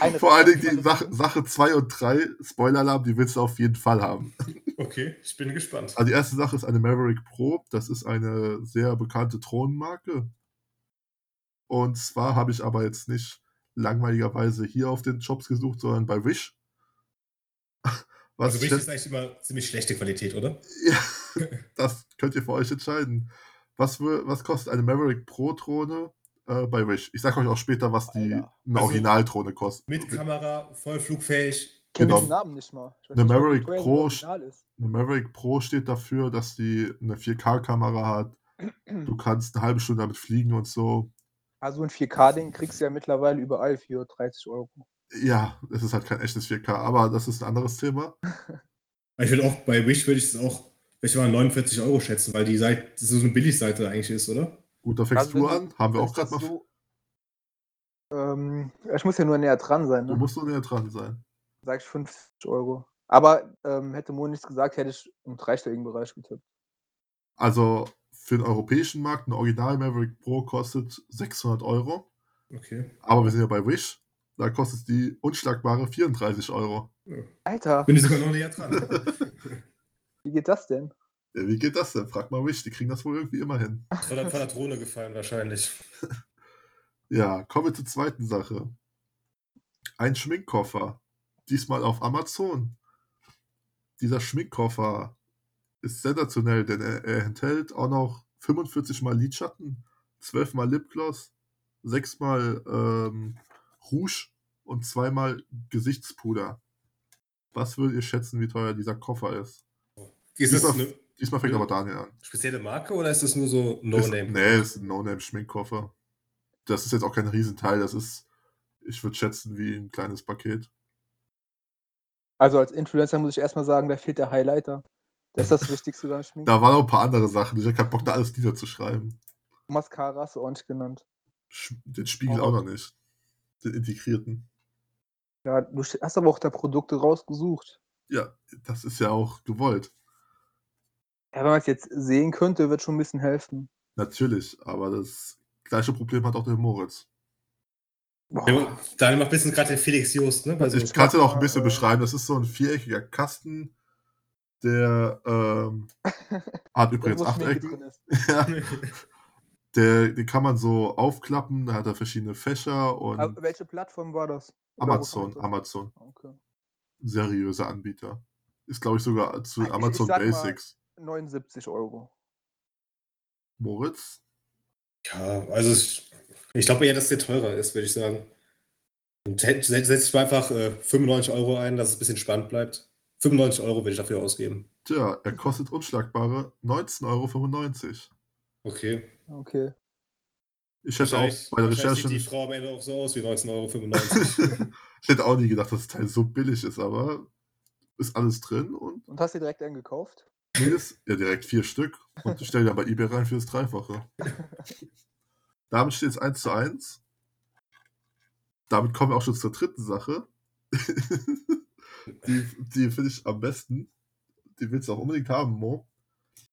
Eine
Vor allen
Frage,
Dingen die Sache, Sache 2 und 3, Spoiler-Alarm, die willst du auf jeden Fall haben.
Okay, ich bin gespannt.
Also die erste Sache ist eine Maverick Pro. Das ist eine sehr bekannte Drohnenmarke. Und zwar habe ich aber jetzt nicht langweiligerweise hier auf den Shops gesucht, sondern bei Wish. Was
Also
ich
Wish ist
jetzt,
eigentlich immer ziemlich schlechte Qualität, oder?
ja, das könnt ihr für euch entscheiden. Was, wür- was kostet eine Maverick Pro Drohne äh, bei Wish? Ich sage euch auch später, was die
Alter.
eine
Also-
Originaldrohne kostet.
Mit Kamera, voll flugfähig.
Ich kenne
Genau.
den Namen nicht mal. Ich weiß
Eine
nicht, ob
Maverick
die Quelle
Pro
original ist.
Eine Maverick Pro steht dafür, dass die eine 4K-Kamera hat. Du kannst eine halbe Stunde damit fliegen und so.
Also ein 4K-Ding kriegst du ja mittlerweile überall für 30 Euro.
Ja, es ist halt kein echtes 4K, aber das ist ein anderes Thema.
Ich würde auch, bei Wish würde ich es auch, ich mal 49 Euro schätzen, weil die Seite, das so eine Billigseite eigentlich ist, oder?
Gut, da fängst
Also
du
wenn
an. Haben wir
Wenn
auch
ich
gerade
das
mal.
so, ähm, ich muss ja nur näher dran sein,
Du
ne?
musst nur näher dran sein.
Sag ich 50 Euro. Aber ähm, hätte Mo nichts gesagt, hätte ich im dreistelligen Bereich getippt.
Also für den europäischen Markt, ein Original Maverick Pro kostet 600 Euro.
Okay.
Aber wir sind ja bei Wish. Da kostet die unschlagbare 34 Euro.
Alter,
Bin ich sogar noch näher dran.
wie geht das denn?
Ja, wie geht das denn? Frag mal Wish. Die kriegen das wohl irgendwie immer hin.
Von der, von der Drohne gefallen wahrscheinlich.
Ja, kommen wir zur zweiten Sache. Ein Schminkkoffer. Diesmal auf Amazon. Dieser Schminkkoffer ist sensationell, denn er, er enthält auch noch 45 mal Lidschatten, 12 mal Lipgloss, 6 mal ähm, Rouge und 2 mal Gesichtspuder. Was würdet ihr schätzen, wie teuer dieser Koffer ist?
Ist das
Super.
eine
Diesmal fängt
Ja.
aber Daniel an.
spezielle Marke oder ist das nur so
ist,
No-Name?
Nee, ist ein No-Name-Schminkkoffer. Das ist jetzt auch kein Riesenteil, das ist, ich würde schätzen, wie ein kleines Paket.
Also als Influencer muss ich erstmal sagen, da fehlt der Highlighter. Das ist das Wichtigste beim Schminken.
Da waren noch ein paar andere Sachen, ich habe keinen Bock, da alles niederzuschreiben.
Mascara hast du auch nicht genannt.
Sch den Spiegel
Oh.
auch noch nicht. Den integrierten.
Ja, du st- hast aber auch da Produkte rausgesucht.
Ja, das ist ja auch gewollt.
Ja, wenn man es jetzt sehen könnte, wird schon ein bisschen helfen.
Natürlich, aber das gleiche Problem hat auch der Moritz.
Boah.
Ja, Daniel macht ein bisschen gerade den Felix Jost, ne? Bei so
Ich kann es ja auch ein bisschen
äh,
beschreiben. Das ist so ein viereckiger Kasten, der ähm, hat übrigens
wo Schmidt
Achtecken.
drin ist.
Ja, der, den kann man so aufklappen, da hat er verschiedene Fächer und
Aber Ah, welche Plattform war das? Oder wo
Amazon,
kommt das?
Amazon,
Okay.
seriöse Anbieter. Ist, glaube ich, sogar zu
Ah, ich- ich
Amazon
sag mal-
Basics.
79 Euro.
Moritz?
ja, also es- ich glaube eher, dass der teurer ist, würde ich sagen. Und set- set- setze ich mal einfach äh, 95 Euro ein, dass es ein bisschen spannend bleibt. 95 Euro würde ich dafür ausgeben.
Tja, er kostet unschlagbare 19,95 Euro.
Okay.
Okay.
Ich hätte auch bei der
wahrscheinlich
Recherche
sieht die
nicht,
Frau am Ende auch so aus wie 19,95 Euro.
ich hätte auch nie gedacht, dass das Teil so billig ist, aber ist alles drin und
Und hast du direkt einen gekauft?
jedes, ja direkt vier Stück und ich stelle ja bei eBay rein für das Dreifache. Damit steht es 1 zu 1. Damit kommen wir auch schon zur dritten Sache. die die finde ich am besten. Die willst du auch unbedingt haben, Mo.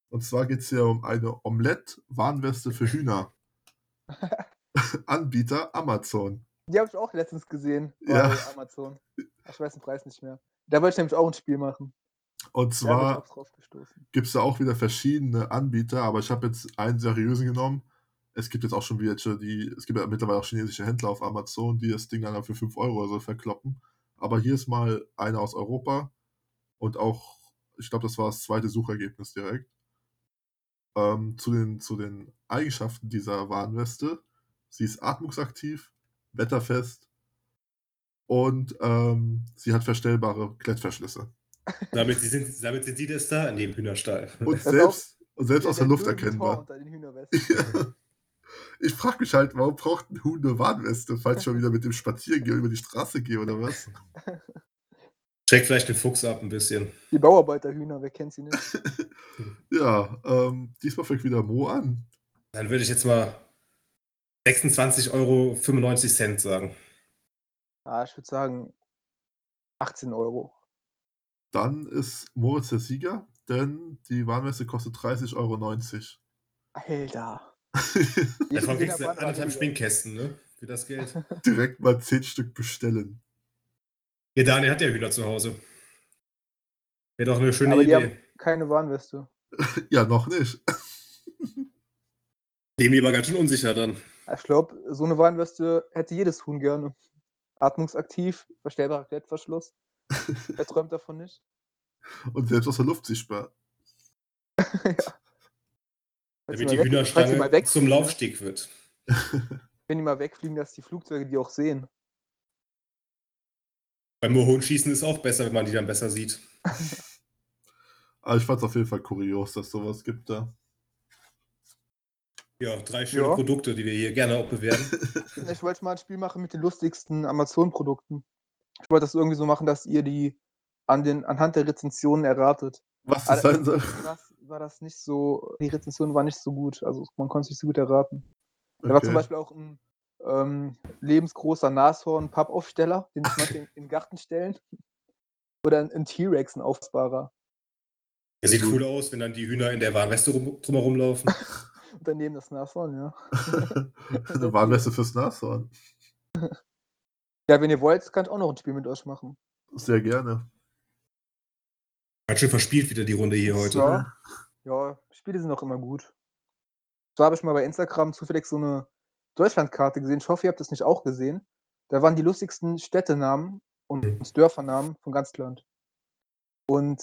Und zwar geht es hier um eine Omelette-Warnweste für Hühner. Anbieter Amazon.
Die habe ich auch letztens gesehen
Ja.
bei Amazon. Ich weiß den Preis nicht mehr. Da wollte ich nämlich auch ein Spiel machen.
Und
Da bin ich
zwar
auch drauf gestoßen.
gibt es da auch wieder verschiedene Anbieter, aber ich habe jetzt einen seriösen genommen. Es gibt jetzt auch schon wieder welche, die, es gibt ja mittlerweile auch chinesische Händler auf Amazon, die das Ding dann für 5 Euro oder so verkloppen. Aber hier ist mal einer aus Europa und auch, ich glaube, das war das zweite Suchergebnis direkt. Ähm, zu, den, zu den Eigenschaften dieser Warnweste. Sie ist atmungsaktiv, wetterfest und ähm, sie hat verstellbare Klettverschlüsse.
damit, sind, damit sind die das da in dem Hühnerstall.
Und
Das ist
selbst, und selbst
Ja,
aus der Luft erkennbar.
Unter den Hühnerwesten.
Ja. Ich frage mich halt, warum braucht ein Huhn eine Warnweste, falls ich schon wieder mit dem Spazierengehen über die Straße gehe oder was?
Checkt vielleicht den Fuchs ab ein bisschen.
Die Bauarbeiterhühner, wer kennt sie nicht?
Ja, ähm, diesmal fängt wieder Mo an.
Dann würde ich jetzt mal 26,95 Euro sagen.
Ah, ich würde sagen 18 Euro.
Dann ist Moritz der Sieger, denn die Warnweste kostet 30,90 Euro.
Alter. Die Hühner
Davon kriegst du
waren aber
anderthalb
billiger.
Spinnkästen, ne? Für das Geld.
Direkt mal 10 Stück bestellen.
Ja, Daniel hat ja Hühner zu Hause. Wäre doch eine schöne
Aber die
Idee.
haben- Keine Warnweste.
Ja, noch nicht.
Dem lieber ganz schön unsicher dann.
Ich glaube, so eine Warnweste hätte jedes Huhn gerne. Atmungsaktiv, verstellbarer Klettverschluss. Wer träumt davon nicht?
Und selbst aus der Luft sichtbar.
Falls
damit
mal weg- falls
die
die mal
Hühnerstange
wegfliegen,
zum
ne?
Laufsteg wird.
Wenn die mal wegfliegen, dass die Flugzeuge die auch sehen.
Beim Mohonschießen ist auch besser, wenn man die dann besser sieht.
Aber Ah, ich fand es auf jeden Fall kurios, dass sowas gibt da.
Ja, drei schöne
Ja.
Produkte, die wir hier gerne auch bewerben.
Ich wollte mal ein Spiel machen mit den lustigsten Amazon-Produkten. Ich wollte das irgendwie so machen, dass ihr die an den, anhand der Rezensionen erratet.
Was das
Alter.
sein soll.
Das war das nicht so, die Rezension war nicht so gut. Also man konnte es nicht so gut erraten. Da war zum
Okay.
Beispiel auch ein ähm, lebensgroßer Nashorn-Pappaufsteller, den ich manchmal in in den Garten stellen. Oder ein, ein T-Rex, ein Aufbarer.
Das sieht cool aus, wenn dann die Hühner in der Warnweste rum, drumherum laufen.
Und daneben das Nashorn, ja.
Eine Warnweste fürs Nashorn.
Ja, wenn ihr wollt, kann ich auch noch ein Spiel mit euch machen.
Sehr gerne.
Ganz schön verspielt wieder die Runde hier heute.
So. Ja, Spiele sind auch immer gut. So habe ich mal bei Instagram zufällig so eine Deutschlandkarte gesehen. Ich hoffe, ihr habt das nicht auch gesehen. Da waren die lustigsten Städtenamen und Dörfernamen von ganz Land. Und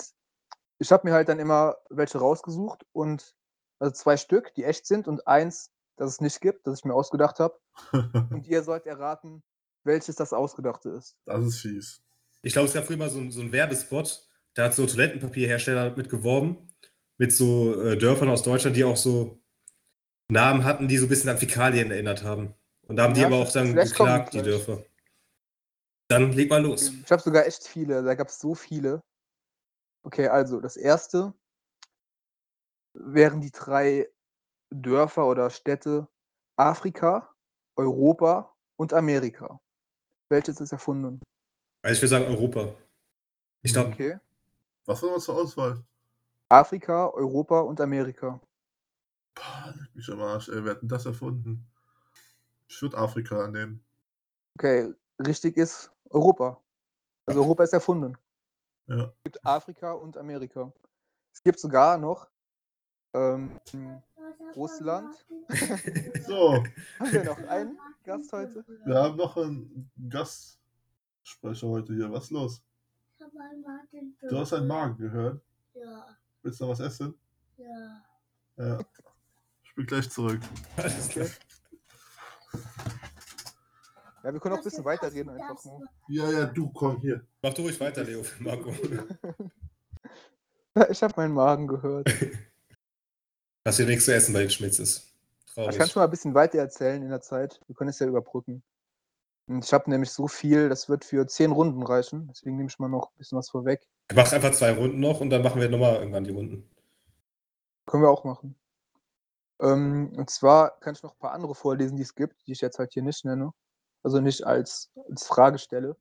ich habe mir halt dann immer welche rausgesucht und also zwei Stück, die echt sind und eins, das es nicht gibt, das ich mir ausgedacht habe.
Hm.
Und ihr sollt erraten, welches das ausgedachte ist.
Das ist fies.
Ich glaube, es gab früher mal so, ein- so einen Werbespot, da hat so ein Toilettenpapierhersteller mit geworben, mit so äh, Dörfern aus Deutschland, die auch so Namen hatten, die so ein bisschen an Fäkalien erinnert haben. Und da haben die
Ja,
aber auch dann
vielleicht kommen
geklagt,
die
die
gleich.
Dörfer. Dann leg mal los.
Ich habe sogar echt viele. Da gab es so viele. Okay, also das erste wären die drei Dörfer oder Städte Afrika, Europa und Amerika. Welches ist erfunden?
Also ich würde sagen Europa. Ich glaube,
Okay.
Was war noch zur Auswahl?
Afrika, Europa und Amerika.
Boah, leck mich am Arsch, ey, wer hat denn äh, das erfunden? Ich würde Afrika nehmen.
Okay, richtig ist Europa. Also Europa ist erfunden.
Ja.
Es gibt Afrika und Amerika. Es gibt sogar noch ähm, Russland.
So,
Haben wir noch einen Gast heute?
wir haben noch einen Gastsprecher heute hier. Was ist los? Du hast einen Magen gehört.
Ja,
Willst du noch was essen?
ja.
Ja. Ich bin gleich zurück.
alles klar.
Ja, wir können auch ein bisschen weiterreden einfach. Ne?
Ja, ja, du komm hier.
Mach du ruhig weiter, Leo, Marco.
Ich habe meinen Magen gehört.
Dass hier nichts zu essen bei den Schmitz ist. Traurig.
Ich kann schon mal ein bisschen weiter erzählen in der Zeit. Wir können es ja überbrücken. Und ich habe nämlich so viel, das wird für zehn Runden reichen. Deswegen nehme ich mal noch ein bisschen was vorweg.
Mach einfach zwei Runden noch und dann machen wir nochmal irgendwann die Runden.
Können wir auch machen. Ähm, und zwar kann ich noch ein paar andere vorlesen, die es gibt, die ich jetzt halt hier nicht nenne. Also nicht als, als Frage stelle.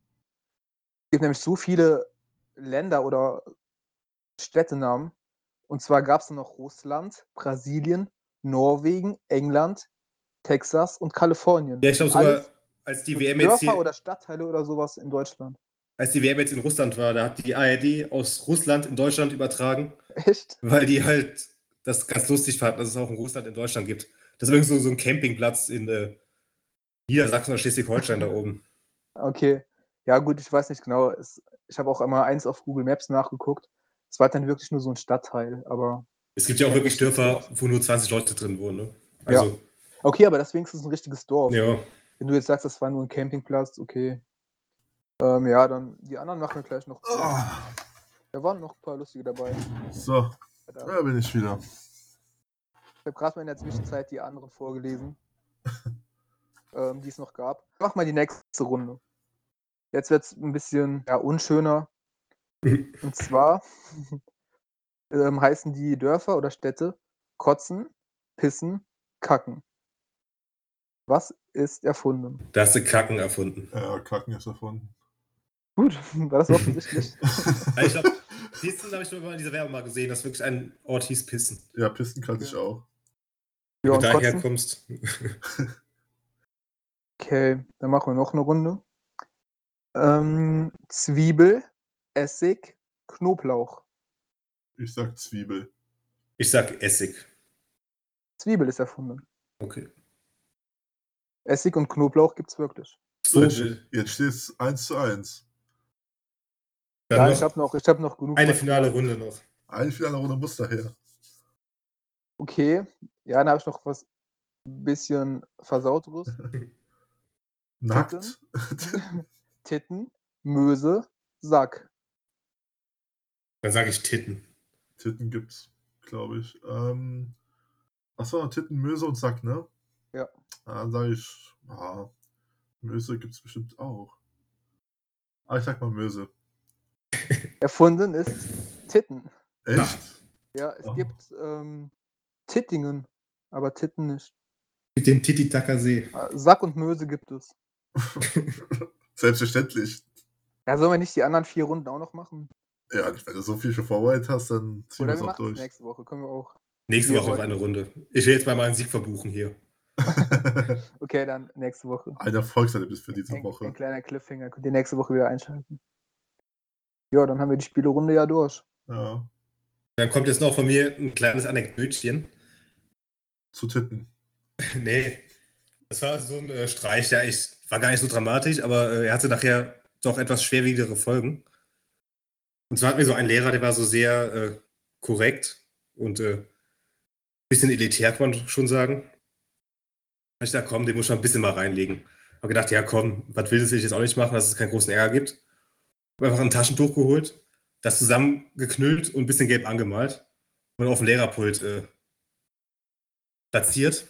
Es gibt nämlich so viele Länder oder Städtenamen. Und zwar gab es noch Russland, Brasilien, Norwegen, England, Texas und Kalifornien.
Ja, ich glaube sogar, E
Alles
als die,
so
WM jetzt
Dörfer
hier,
oder Stadtteile oder sowas in Deutschland.
als die WM jetzt in Russland war, da hat die ARD aus Russland in Deutschland übertragen,
Echt?
weil die halt das ganz lustig fanden, dass es auch in Russland in Deutschland gibt. Das ist irgend so, so ein Campingplatz in äh, Niedersachsen oder Schleswig-Holstein da oben.
Okay. Ja, gut, ich weiß nicht genau. Es, ich habe auch einmal eins auf Google Maps nachgeguckt. Es war dann wirklich nur so ein Stadtteil, aber.
Es gibt ja auch wirklich Dörfer, wo nur 20 Leute drin wohnen. Ne?
Ja.
Also,
Okay, aber das wenigstens ein richtiges Dorf.
ja.
Wenn du jetzt sagst, das war nur ein Campingplatz, okay. Ähm, ja, dann die anderen machen wir gleich noch.
Ah,
Da waren noch ein paar lustige dabei.
so,
Verdammt.
da bin ich wieder.
Ich habe gerade mal in der Zwischenzeit die anderen vorgelesen, ähm, die es noch gab. Mach mal die nächste Runde. Jetzt wird es ein bisschen ja, unschöner. Und zwar ähm, heißen die Dörfer oder Städte Kotzen, Pissen, Kacken. Was ist erfunden?
Da hast du Kacken erfunden.
Ja, Kacken ist erfunden.
Gut, war das offensichtlich.
Also ich glaube, Pissen habe ich nur mal in dieser Werbung mal gesehen, dass wirklich ein Ort hieß Pissen.
Ja, Pisten kann ich auch.
ja,
Wenn
und
du daher
kotzen?
kommst.
Okay, dann machen wir noch eine Runde. Ähm, Zwiebel, Essig, Knoblauch.
Ich sag Zwiebel.
Ich sag Essig.
Zwiebel ist erfunden.
Okay.
Essig und Knoblauch gibt es wirklich.
So,
jetzt,
dann
jetzt steht es 1 zu 1.
Ja, ich
noch
habe noch, ich hab noch genug.
eine
Zeit.
finale Runde noch.
Eine finale Runde muss daher.
Okay, ja, dann habe ich noch was bisschen versauteres.
Nackt.
Titten, Möse, Sack.
Dann sage ich Titten.
Titten gibt's, glaube ich. Ähm, achso, Titten, Möse und Sack, ne?
Ja.
Ah, Dann sage ich, ah, Möse gibt's bestimmt auch. Ah, ich sag mal Möse.
Erfunden ist Titten.
Echt?
Ja, es
Oh.
gibt ähm, Tittingen, aber Titten nicht.
Mit dem Tititakasee.
Äh, Sack und Möse gibt es.
Selbstverständlich.
Ja, sollen wir nicht die anderen vier Runden auch noch machen?
Ja, wenn du so viel schon vorbereitet hast, dann ziehen
Oder
wir es
wir
auch
machen es
durch.
nächste Woche, können wir auch.
Nächste
Ja,
Woche noch
heute.
eine Runde. Ich will jetzt mal meinen Sieg verbuchen hier.
Okay, dann nächste Woche.
Ein Erfolgserlebnis für diese
Ein, ein
Woche.
kleiner Cliffhanger, könnt ihr nächste Woche wieder einschalten. Ja, dann haben wir die Spielerunde ja durch.
Ja,
Dann kommt jetzt noch von mir ein kleines Anekdötchen.
zu Titten.
Nee. Das war so ein äh, Streich, der ich war gar nicht so dramatisch, aber äh, er hatte nachher doch etwas schwerwiegendere Folgen. Und zwar hat mir so ein Lehrer, der war so sehr äh, korrekt und äh, bisschen elitär, kann man schon sagen. Hab Ich dachte, komm, den muss ich mal ein bisschen mal reinlegen. Hab gedacht, ja komm, was will das will ich jetzt auch nicht machen, dass es keinen großen Ärger gibt. Hab einfach ein Taschentuch geholt, das zusammengeknüllt und ein bisschen gelb angemalt und auf dem Lehrerpult äh, platziert.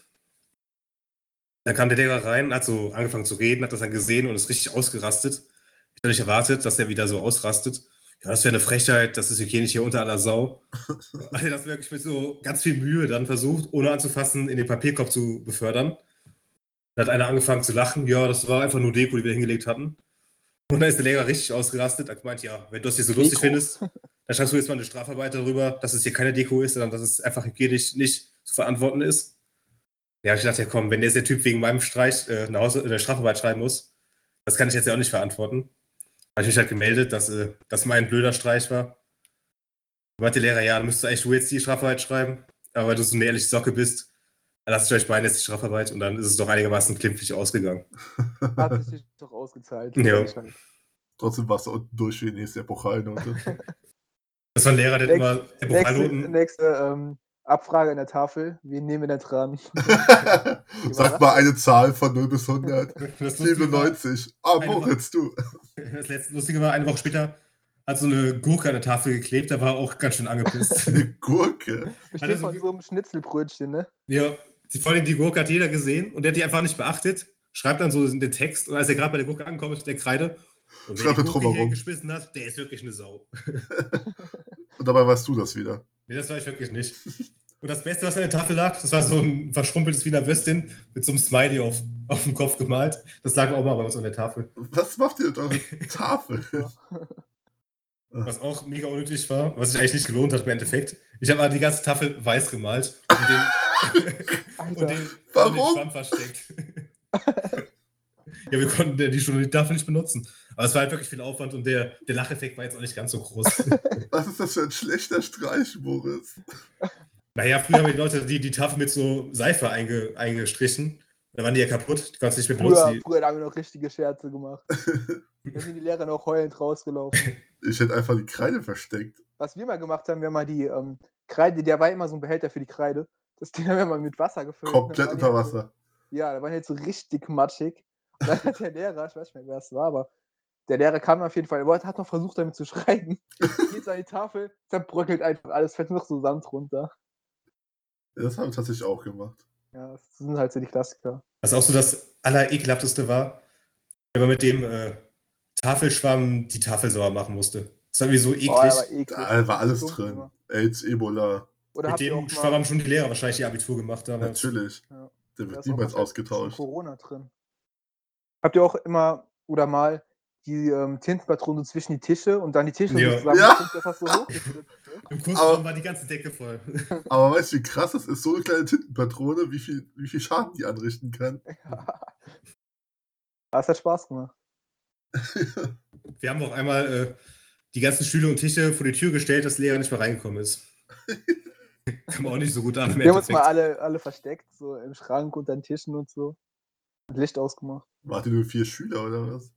Dann kam der Lehrer rein, hat so angefangen zu reden, hat das dann gesehen und ist richtig ausgerastet. Ich hatte nicht erwartet, dass er wieder so ausrastet. Ja, das wäre eine Frechheit, das ist hygienisch hier unter aller Sau. Hat er das wirklich mit so ganz viel Mühe dann versucht, ohne anzufassen, in den Papierkorb zu befördern. Da hat einer angefangen zu lachen. Ja, das war einfach nur Deko, die wir hingelegt hatten. Und da ist der Lehrer richtig ausgerastet. Er meint, ja, wenn du das hier so lustig
Deko.
findest, dann schreibst du jetzt mal eine Strafarbeit darüber, dass es hier keine Deko ist, sondern dass es einfach hygienisch nicht zu verantworten ist. Ja, hab ich dachte, ja komm, wenn jetzt der Typ wegen meinem Streich äh, eine, Haus äh, eine Strafarbeit schreiben muss, das kann ich jetzt ja auch nicht verantworten. Habe ich mich halt gemeldet, dass äh, das mein blöder Streich war. Da meinte der Lehrer, ja, dann müsstest du eigentlich du jetzt die Strafarbeit schreiben, aber weil du so eine ehrliche Socke bist, dann lasst euch beiden jetzt die Strafarbeit und dann ist es doch einigermaßen glimpflich ausgegangen.
Hat es sich doch ausgezahlt.
Ja.
Trotzdem warst du unten durch wie die nächste Epochalnote.
Das war ein Lehrer, der
Nächst-
immer der
Nächste,
Buchhaltung
nächste ähm, Abfrage an der Tafel. Wen nehmen wir denn dran?
Sag mal eine Zahl von 0 bis 100.
Das Lustige war-
97. Ah,
Eine
Moritz, du.
Das letzte Lustige war, eine Woche später hat so eine Gurke an der Tafel geklebt, da war er auch ganz schön angepisst.
Eine Gurke.
er
Bestimmt
so
von
ge-
so einem Schnitzelbrötchen, ne?
ja, die, vor allem die Gurke hat jeder gesehen und der hat die einfach nicht beachtet, schreibt dann so in den Text und als er gerade bei der Gurke angekommen ist, der Kreide. Und wer
Schreibt
die
er
Gurke hier
drumherum.
geschmissen hat, der ist wirklich eine Sau.
Und dabei weißt du das wieder.
Nee, das war ich wirklich nicht. Und das Beste, was an der Tafel lag, das war so ein verschrumpeltes Wiener Würstchen mit so einem Smiley auf, auf dem Kopf gemalt. Das lag auch mal bei uns an der Tafel.
Was macht ihr mit eurer Tafel?
Was auch mega unnötig war, was sich eigentlich nicht gelohnt hat im Endeffekt. Ich habe aber die ganze Tafel weiß gemalt und den, und
Alter,
den, Und
Warum?
den Schwamm versteckt. ja, wir konnten die Stunde die Tafel nicht benutzen. Aber es war halt wirklich viel Aufwand und der, der Lacheffekt war jetzt auch nicht ganz so groß.
Was ist das für ein schlechter Streich, Moritz?
naja, früher haben die Leute die, die Tafel mit so Seife einge, eingestrichen. Da waren die ja kaputt, die konntest du nicht mehr
früher,
benutzen.
früher haben wir noch richtige Scherze gemacht. Da sind die Lehrer noch heulend rausgelaufen.
Ich hätte einfach die Kreide versteckt.
Was wir mal gemacht haben, wir haben mal die ähm, Kreide, der war immer so ein Behälter für die Kreide. Das Ding haben wir mal mit Wasser gefüllt. und
Komplett
dann
unter
waren die
Wasser.
So, ja, da waren jetzt so richtig matschig. Und dann hat der Lehrer, ich weiß nicht mehr, wer es war, aber der Lehrer kam auf jeden Fall, er wollte- hat noch versucht, damit zu schreiben. Geht an die Tafel, zerbröckelt einfach alles, fällt nur noch so Sand runter.
Ja, Das habe ich tatsächlich auch gemacht.
Ja, das sind halt so die Klassiker.
Was auch so das Allerekelhafteste war, wenn man mit dem äh, Tafelschwamm die Tafel sauber machen musste. Das war irgendwie so eklig.
Boah, aber eklig.
Da war alles
Dumm
drin.
immer.
AIDS, Ebola,
Oder
mit
habt ihr
dem
auch
Schwamm
mal,
haben schon die Lehrer wahrscheinlich ihr Abitur gemacht damals.
natürlich.
Ja.
Der
da
wird
ist auch
niemals
was mit
ausgetauscht.
Corona drin. Habt ihr auch immer oder mal die ähm, Tintenpatronen so zwischen die Tische und dann die Tische
Ja.
so zusammen,
Ja.
dass das so hoch ist?
Im Kursraum war die ganze Decke voll.
Aber weißt du, wie krass das ist? So eine kleine Tintenpatrone, wie viel, wie viel Schaden die anrichten kann.
Aber es hat Spaß gemacht.
Wir haben auch einmal äh, die ganzen Stühle und Tische vor die Tür gestellt, dass der Lehrer nicht mehr reingekommen ist. Kam auch nicht so gut an. im
Wir haben uns mal
Endeffekt.
alle, alle versteckt, so im Schrank unter den Tischen und so. Und Licht ausgemacht.
Warte, nur vier Schüler oder was?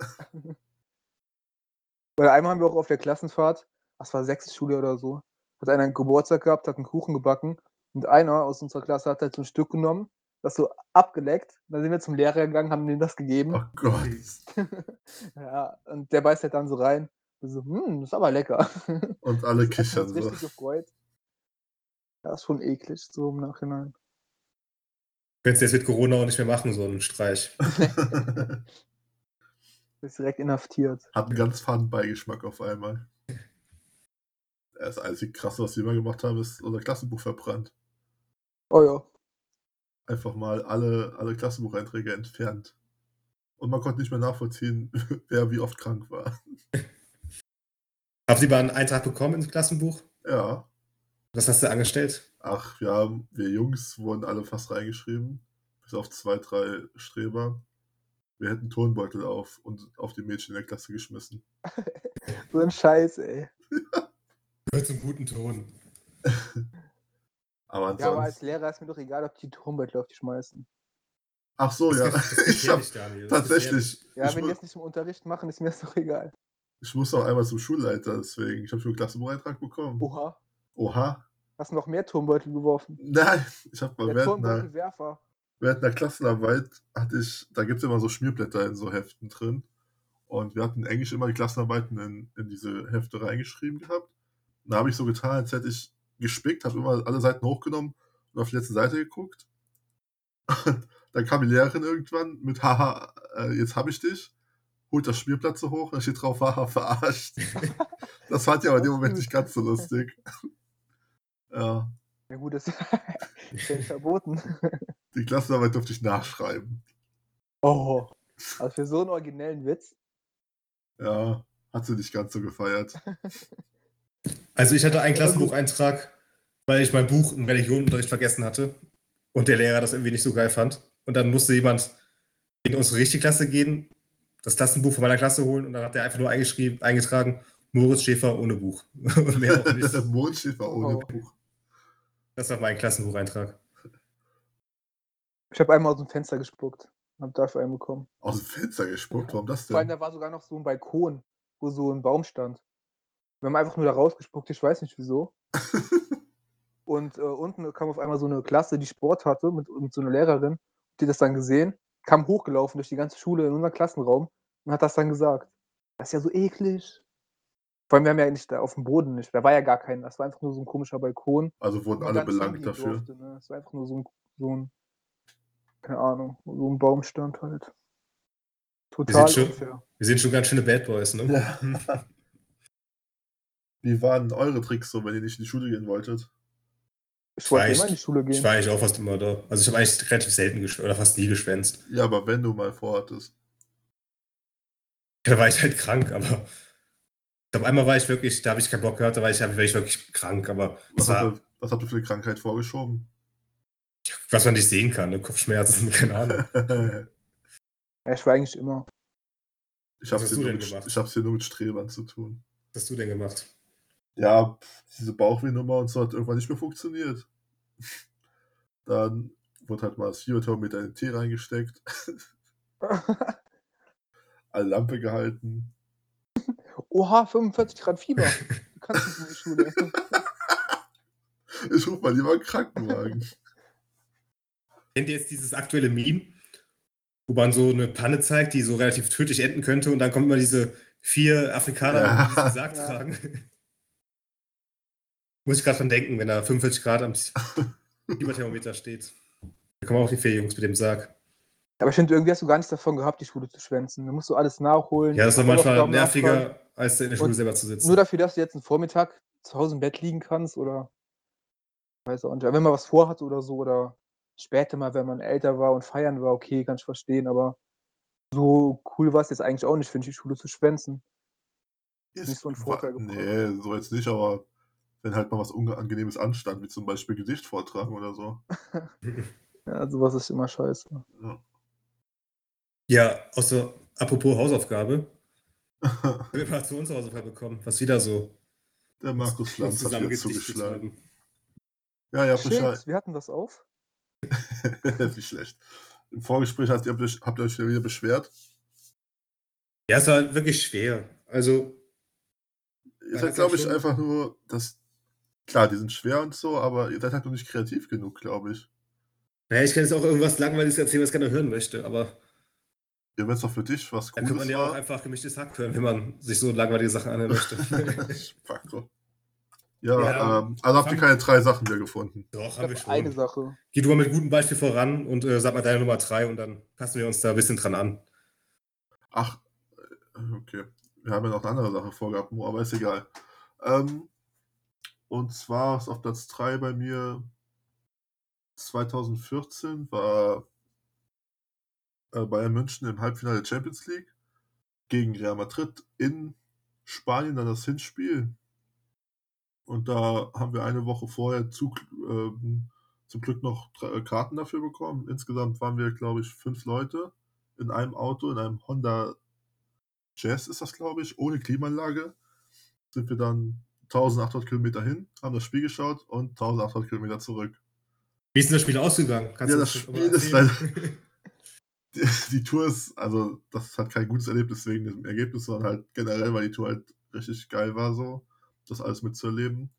Oder einmal haben wir auch auf der Klassenfahrt, das war sechste Schule oder so, hat einer einen Geburtstag gehabt, hat einen Kuchen gebacken und einer aus unserer Klasse hat halt so ein Stück genommen, das so abgeleckt. Dann sind wir zum Lehrer gegangen, haben ihm das gegeben.
Oh Gott.
Ja, und der beißt halt dann so rein. Und So, hm, ist aber lecker.
Und alle
Ich
kichern
uns
so.
richtig gefreut. Ja, ist schon eklig, so im Nachhinein.
Könntest du jetzt mit Corona auch nicht mehr machen, so einen Streich.
Ist direkt inhaftiert.
Hat einen ganz faden Beigeschmack auf einmal. Ja, Das einzige krasse, was wir immer gemacht haben, ist unser Klassenbuch verbrannt.
Oh ja.
Einfach mal alle, alle Klassenbucheinträge entfernt. Und man konnte nicht mehr nachvollziehen, wer wie oft krank war.
Habt ihr mal einen Eintrag bekommen ins Klassenbuch?
Ja.
Was hast du angestellt?
Ach, wir haben, wir Jungs wurden alle fast reingeschrieben. Bis auf zwei, drei Streber. Wir hätten Tonbeutel auf und auf die Mädchen in der Klasse geschmissen.
So ein Scheiß, ey.
Gehört zum guten Ton.
Aber
Ja, aber als
ansonsten.
Lehrer ist mir doch egal, ob die Turmbeutel auf dich schmeißen.
Ach
Oh
so, ja. Ich hab, tatsächlich.
Ja,
ich,
wenn die
mu
es nicht im Unterricht machen, ist mir das doch egal.
ich muss auch einmal zum Schulleiter, deswegen. Ich habe schon einen Klassenbucheintrag bekommen.
Oha,
Oha.
hast noch mehr Turmbeutel geworfen?
Nein, ich habe mal
Der
während einer,
Turmbeutelwerfer.
während einer Klassenarbeit hatte ich, da gibt es immer so Schmierblätter in so Heften drin. Und wir hatten in Englisch immer die Klassenarbeiten in, in diese Hefte reingeschrieben gehabt. Und da habe ich so getan, als hätte ich gespickt, habe immer alle Seiten hochgenommen und auf die letzte Seite geguckt. Und dann kam die Lehrerin irgendwann mit Haha, äh, jetzt habe ich dich, holt das Schmierblatt so hoch und da steht drauf Haha, verarscht. das fand ich aber in dem Moment nicht ganz so lustig. ja.
Ja gut, das ist ja verboten.
Die Klassenarbeit durfte ich nachschreiben.
Oh. Also für so einen originellen Witz.
Ja, hat sie nicht ganz so gefeiert.
Also ich hatte einen Klassenbucheintrag, weil ich mein Buch im Religionunterricht vergessen hatte und der Lehrer das irgendwie nicht so geil fand. Und dann musste jemand in unsere richtige Klasse gehen, das Klassenbuch von meiner Klasse holen und dann hat er einfach nur eingeschrieben, eingetragen, Moritz Schäfer ohne Buch. Und mehr auch nicht.
Mondschiffer ohne
Oh.
Buch.
Das war mein Klassenbucheintrag.
Ich habe einmal aus dem Fenster gespuckt und habe dafür einen bekommen.
Aus dem Fenster gespuckt, warum das
Vor allem,
denn?
da war sogar noch so ein Balkon, wo so ein Baum stand. Wir haben einfach nur da rausgespuckt, ich weiß nicht wieso. und äh, unten kam auf einmal so eine Klasse, die Sport hatte, mit, mit so einer Lehrerin, die das dann gesehen, kam hochgelaufen durch die ganze Schule in unseren Klassenraum und hat das dann gesagt. Das ist ja so eklig. Vor allem, wir haben ja nicht da auf dem Boden nicht, da war ja gar kein, das war einfach nur so ein komischer Balkon.
Also wurden
man
alle
gar nicht
belangt
hingehen
dafür.
Durfte, ne? Es war einfach nur so ein, so ein, keine Ahnung, so ein Baumstand halt. Total
schon-
unfair.
Wir sind schon ganz schöne Bad Boys, ne?
Ja. Wie waren denn eure Tricks so, wenn ihr nicht in die Schule gehen wolltet?
Ich wollte
weiß-
immer in die Schule gehen.
Ich war eigentlich auch fast immer da. Also ich habe eigentlich relativ selten geschwänzt oder fast nie geschwänzt.
Ja, aber wenn du mal vorhattest.
Da war ich halt krank, aber ich glaube, einmal war ich wirklich, da habe ich keinen Bock gehabt, da war ich, da war ich wirklich krank, aber
Was
das war,
habt, ihr, was habt ihr für eine Krankheit vorgeschoben?
was man nicht sehen kann, ne? Kopfschmerzen, keine Ahnung.
ja, ich war eigentlich immer.
Ich
Was
hab's
hast
hier,
du
nur
denn
mit,
gemacht?
ich hab's hier nur mit Strebern zu tun.
Was hast du denn gemacht?
Ja, pf, diese Bauchwehnummer und so hat irgendwann nicht mehr funktioniert. Dann wurde halt mal das Fiebertau mit einem Tee reingesteckt, eine Lampe gehalten.
Oha, 45 Grad Fieber. Du kannst nicht in die Schule.
Ich ruf mal lieber einen Krankenwagen.
Kennt ihr jetzt dieses aktuelle Meme, wo man so eine Panne zeigt, die so relativ tödlich enden könnte und dann kommen immer diese vier Afrikaner,
Ja.
die diesen Sarg
Ja.
tragen? Muss ich gerade dran denken, wenn da 45 Grad am Fieberthermometer steht. Da kommen auch die vier Jungs mit dem Sarg.
Aber ich finde, irgendwie hast du gar nichts davon gehabt, die Schule zu schwänzen. Da musst du alles nachholen.
Ja, das war manchmal
Hausaufgaben nachholen.
nerviger, als in der Schule
Und
selber zu sitzen.
Nur dafür, dass du jetzt einen Vormittag zu Hause im Bett liegen kannst oder weiß auch nicht. Aber Wenn man was vorhat oder so oder später mal, wenn man älter war und feiern war, okay, kann ich verstehen, aber so cool war es jetzt eigentlich auch nicht, finde ich, die Schule zu schwänzen. Nicht so ein Vorteil gebracht.
Nee, so jetzt nicht, aber wenn halt mal was Unangenehmes anstand, wie zum Beispiel Gedicht vortragen oder so.
Ja, sowas ist immer scheiße.
Ja, außer, apropos Hausaufgabe, wir haben zu unserer Hausaufgabe bekommen, was wieder so
Der Markus Lanz hat wieder
zusammengedichtet
zugeschlagen.
haben.
Ja, ja, Bescheid.
halt
Shit, wir hatten das auf.
Wie schlecht. Im Vorgespräch habt ihr, habt ihr euch wieder beschwert.
Ja, es war wirklich schwer. Also,
Ihr
Ja, das
seid,
war
glaube ich,
schon-
einfach nur, das. Klar, die sind schwer und so, aber ihr seid halt noch nicht kreativ genug, glaube ich.
Naja, ich kann jetzt auch irgendwas Langweiliges erzählen, was keiner hören möchte, aber
Ihr werdet doch für dich
da
was
kann
Cooles
man ja auch
war.
einfach gemischtes Hack hören, wenn man sich so langweilige Sachen anhören möchte.
Spacko. oh. Ja,
Ja,
ähm, also habt ihr keine drei Sachen mehr gefunden.
Doch,
Ich
haben wir
glaub, eine
schon.
Sache.
Geh du mal mit gutem Beispiel voran und äh, sag mal deine Nummer 3 und dann passen wir uns da ein bisschen dran an.
Ach, äh, okay. Wir haben ja noch eine andere Sache vorgehabt, Mo, aber ist egal. Ähm, und zwar ist auf Platz 3 bei mir 2014 war äh, Bayern München im Halbfinale der Champions League gegen Real Madrid in Spanien dann das Hinspiel. Und da haben wir eine Woche vorher zu, ähm, zum Glück noch drei, äh, Karten dafür bekommen. Insgesamt waren wir, glaube ich, fünf Leute in einem Auto, in einem Honda Jazz ist das, glaube ich, ohne Klimaanlage. Sind wir dann 1800 Kilometer hin, haben das Spiel geschaut und 1800 Kilometer zurück.
Wie ist denn das Spiel ausgegangen?
Ja,
du
das
schon
Spiel
mal
ist
erzählen?
die, die Tour ist, also das ist halt kein gutes Erlebnis wegen dem Ergebnis, sondern halt generell, weil die Tour halt richtig geil war, so, das alles mitzuerleben.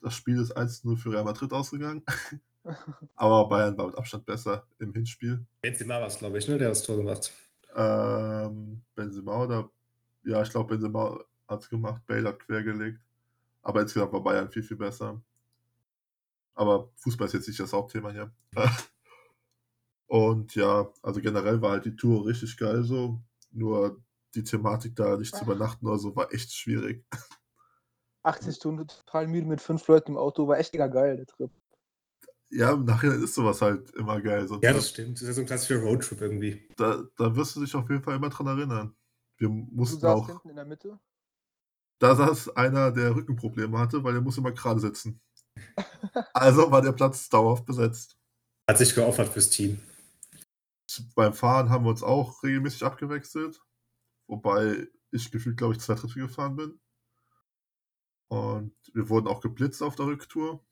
Das Spiel ist 1-0 für Real Madrid ausgegangen, aber Bayern war mit Abstand besser im Hinspiel.
Benzema war es, glaube ich, ne? der hat das Tor gemacht.
Ähm, Benzema oder, ja, ich glaube, Benzema hat es gemacht, Bale hat quergelegt, aber insgesamt war Bayern viel, viel besser. Aber Fußball ist jetzt nicht das Hauptthema hier. Und ja, also generell war halt die Tour richtig geil so. Nur die Thematik da nicht zu übernachten oder so war echt schwierig.
80 Stunden total müde mit fünf Leuten im Auto, war echt mega geil, der Trip.
Ja, im Nachhinein ist sowas halt immer geil. So.
Ja, das stimmt. Das ist ja so ein klassischer Roadtrip irgendwie.
da, da wirst du dich auf jeden Fall immer dran erinnern, Wir
Du
mussten
saßt
auch.
hinten in der Mitte.
Da saß einer, der Rückenprobleme hatte, weil er muss immer gerade sitzen. Also war der Platz dauerhaft besetzt.
Hat sich geopfert fürs Team.
Beim Fahren haben wir uns auch regelmäßig abgewechselt. Wobei ich gefühlt, glaube ich, zwei Drittel gefahren bin. Und wir wurden auch geblitzt auf der Rücktour.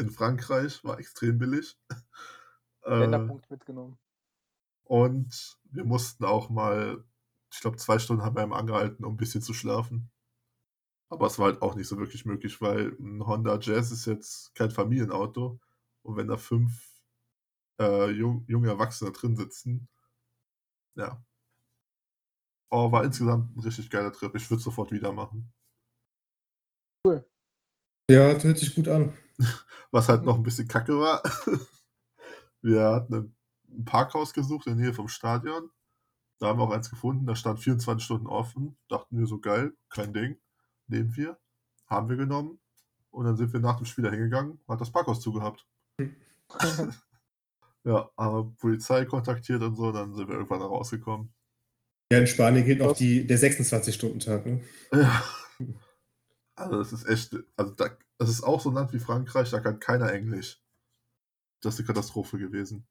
In Frankreich war extrem billig. Äh,
Länderpunkt mitgenommen.
und wir mussten auch mal, ich glaube, zwei Stunden haben wir eben angehalten, um ein bisschen zu schlafen. Aber es war halt auch nicht so wirklich möglich, weil ein Honda Jazz ist jetzt kein Familienauto. Und wenn da fünf äh, jung, junge Erwachsene drin sitzen, ja. Oh, war insgesamt ein richtig geiler Trip. Ich würde sofort wieder machen.
Ja, das hört sich gut an.
Was halt noch ein bisschen kacke war, wir hatten ein Parkhaus gesucht in der Nähe vom Stadion. Da haben wir auch eins gefunden, da stand 24 Stunden offen. Dachten wir so geil, kein Ding. Nehmen wir, haben wir genommen. Und dann sind wir nach dem Spiel da hingegangen, hat das Parkhaus zugehabt. Ja, aber Polizei kontaktiert und so, dann sind wir irgendwann da rausgekommen.
Ja, in Spanien gilt noch die, der 26-Stunden-Tag, ne?
Ja. Also das ist echt, also da, das ist auch so ein Land wie Frankreich, da kann keiner Englisch. Das ist eine Katastrophe gewesen.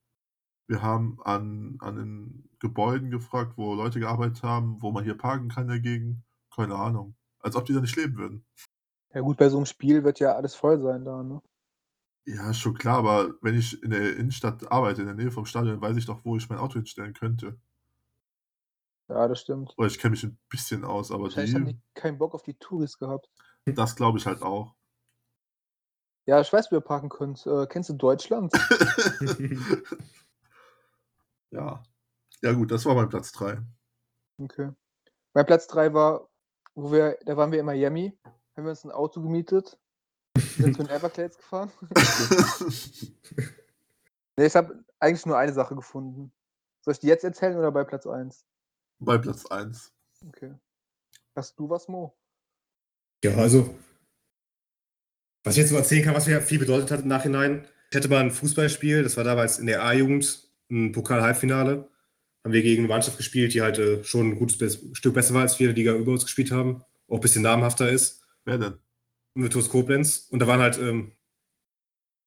Wir haben an, an den Gebäuden gefragt, wo Leute gearbeitet haben, wo man hier parken kann dagegen. Keine Ahnung. Als ob die da nicht leben würden.
Ja gut, bei so einem Spiel wird ja alles voll sein da, ne?
Ja, ist schon klar, aber wenn ich in der Innenstadt arbeite, in der Nähe vom Stadion, weiß ich doch, wo ich mein Auto hinstellen könnte.
Ja, das stimmt.
Oder ich kenne mich ein bisschen aus, aber
Wahrscheinlich haben
die,
die keinen Bock auf die Touris gehabt.
das glaube ich halt auch.
Ja, ich weiß, wie ihr parken könnt. Äh, kennst du Deutschland?
ja. Ja, gut, das war mein Platz 3.
Okay. Mein Platz 3 war, wo wir, da waren wir in Miami, haben wir uns ein Auto gemietet, sind zu den Everglades gefahren. Nee, ich habe eigentlich nur eine Sache gefunden. Soll ich die jetzt erzählen oder bei Platz 1?
mein Platz 1.
Okay. Hast du was, Mo?
Ja, also, was ich jetzt so erzählen kann, was mir viel bedeutet hat im Nachhinein, ich hatte mal ein Fußballspiel, das war damals in der A-Jugend, ein Pokal-Halbfinale. Haben wir gegen eine Mannschaft gespielt, die halt äh, schon ein gutes Bes- Stück besser war, als wir in der Liga über uns gespielt haben. Auch ein bisschen namhafter ist.
Wer denn?
mit TuS Koblenz. Und da waren halt ähm,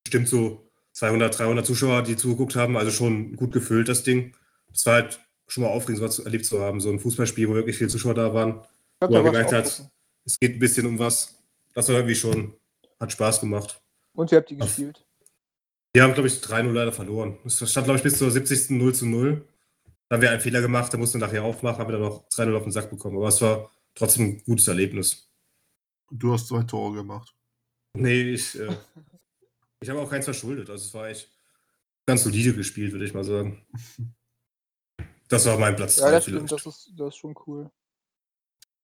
bestimmt so 200, 300 Zuschauer, die zugeguckt haben. Also schon gut gefüllt, das Ding. Das war halt schon mal aufregend, sowas erlebt zu haben. So ein Fußballspiel, wo wirklich viele Zuschauer da waren.
Ich glaub,
Wo
da war
er
ich
gemerkt
auch
hat, es geht ein bisschen um was. Das war irgendwie schon, hat Spaß gemacht.
Und ihr habt die gespielt.
Wir haben, glaube ich, 3-0 leider verloren. Es stand, glaube ich, bis zur 70. 0 zu 0. Da haben wir einen Fehler gemacht, da mussten wir nachher aufmachen, haben wir dann noch 3-0 auf den Sack bekommen. Aber es war trotzdem ein gutes Erlebnis.
Du hast zwei Tore gemacht.
Nee, ich, äh, ich habe auch keins verschuldet. Also es war echt ganz solide gespielt, würde ich mal sagen. Das war mein Platz
Ja,
drei
das stimmt, das
vielleicht.
ist, das ist schon cool.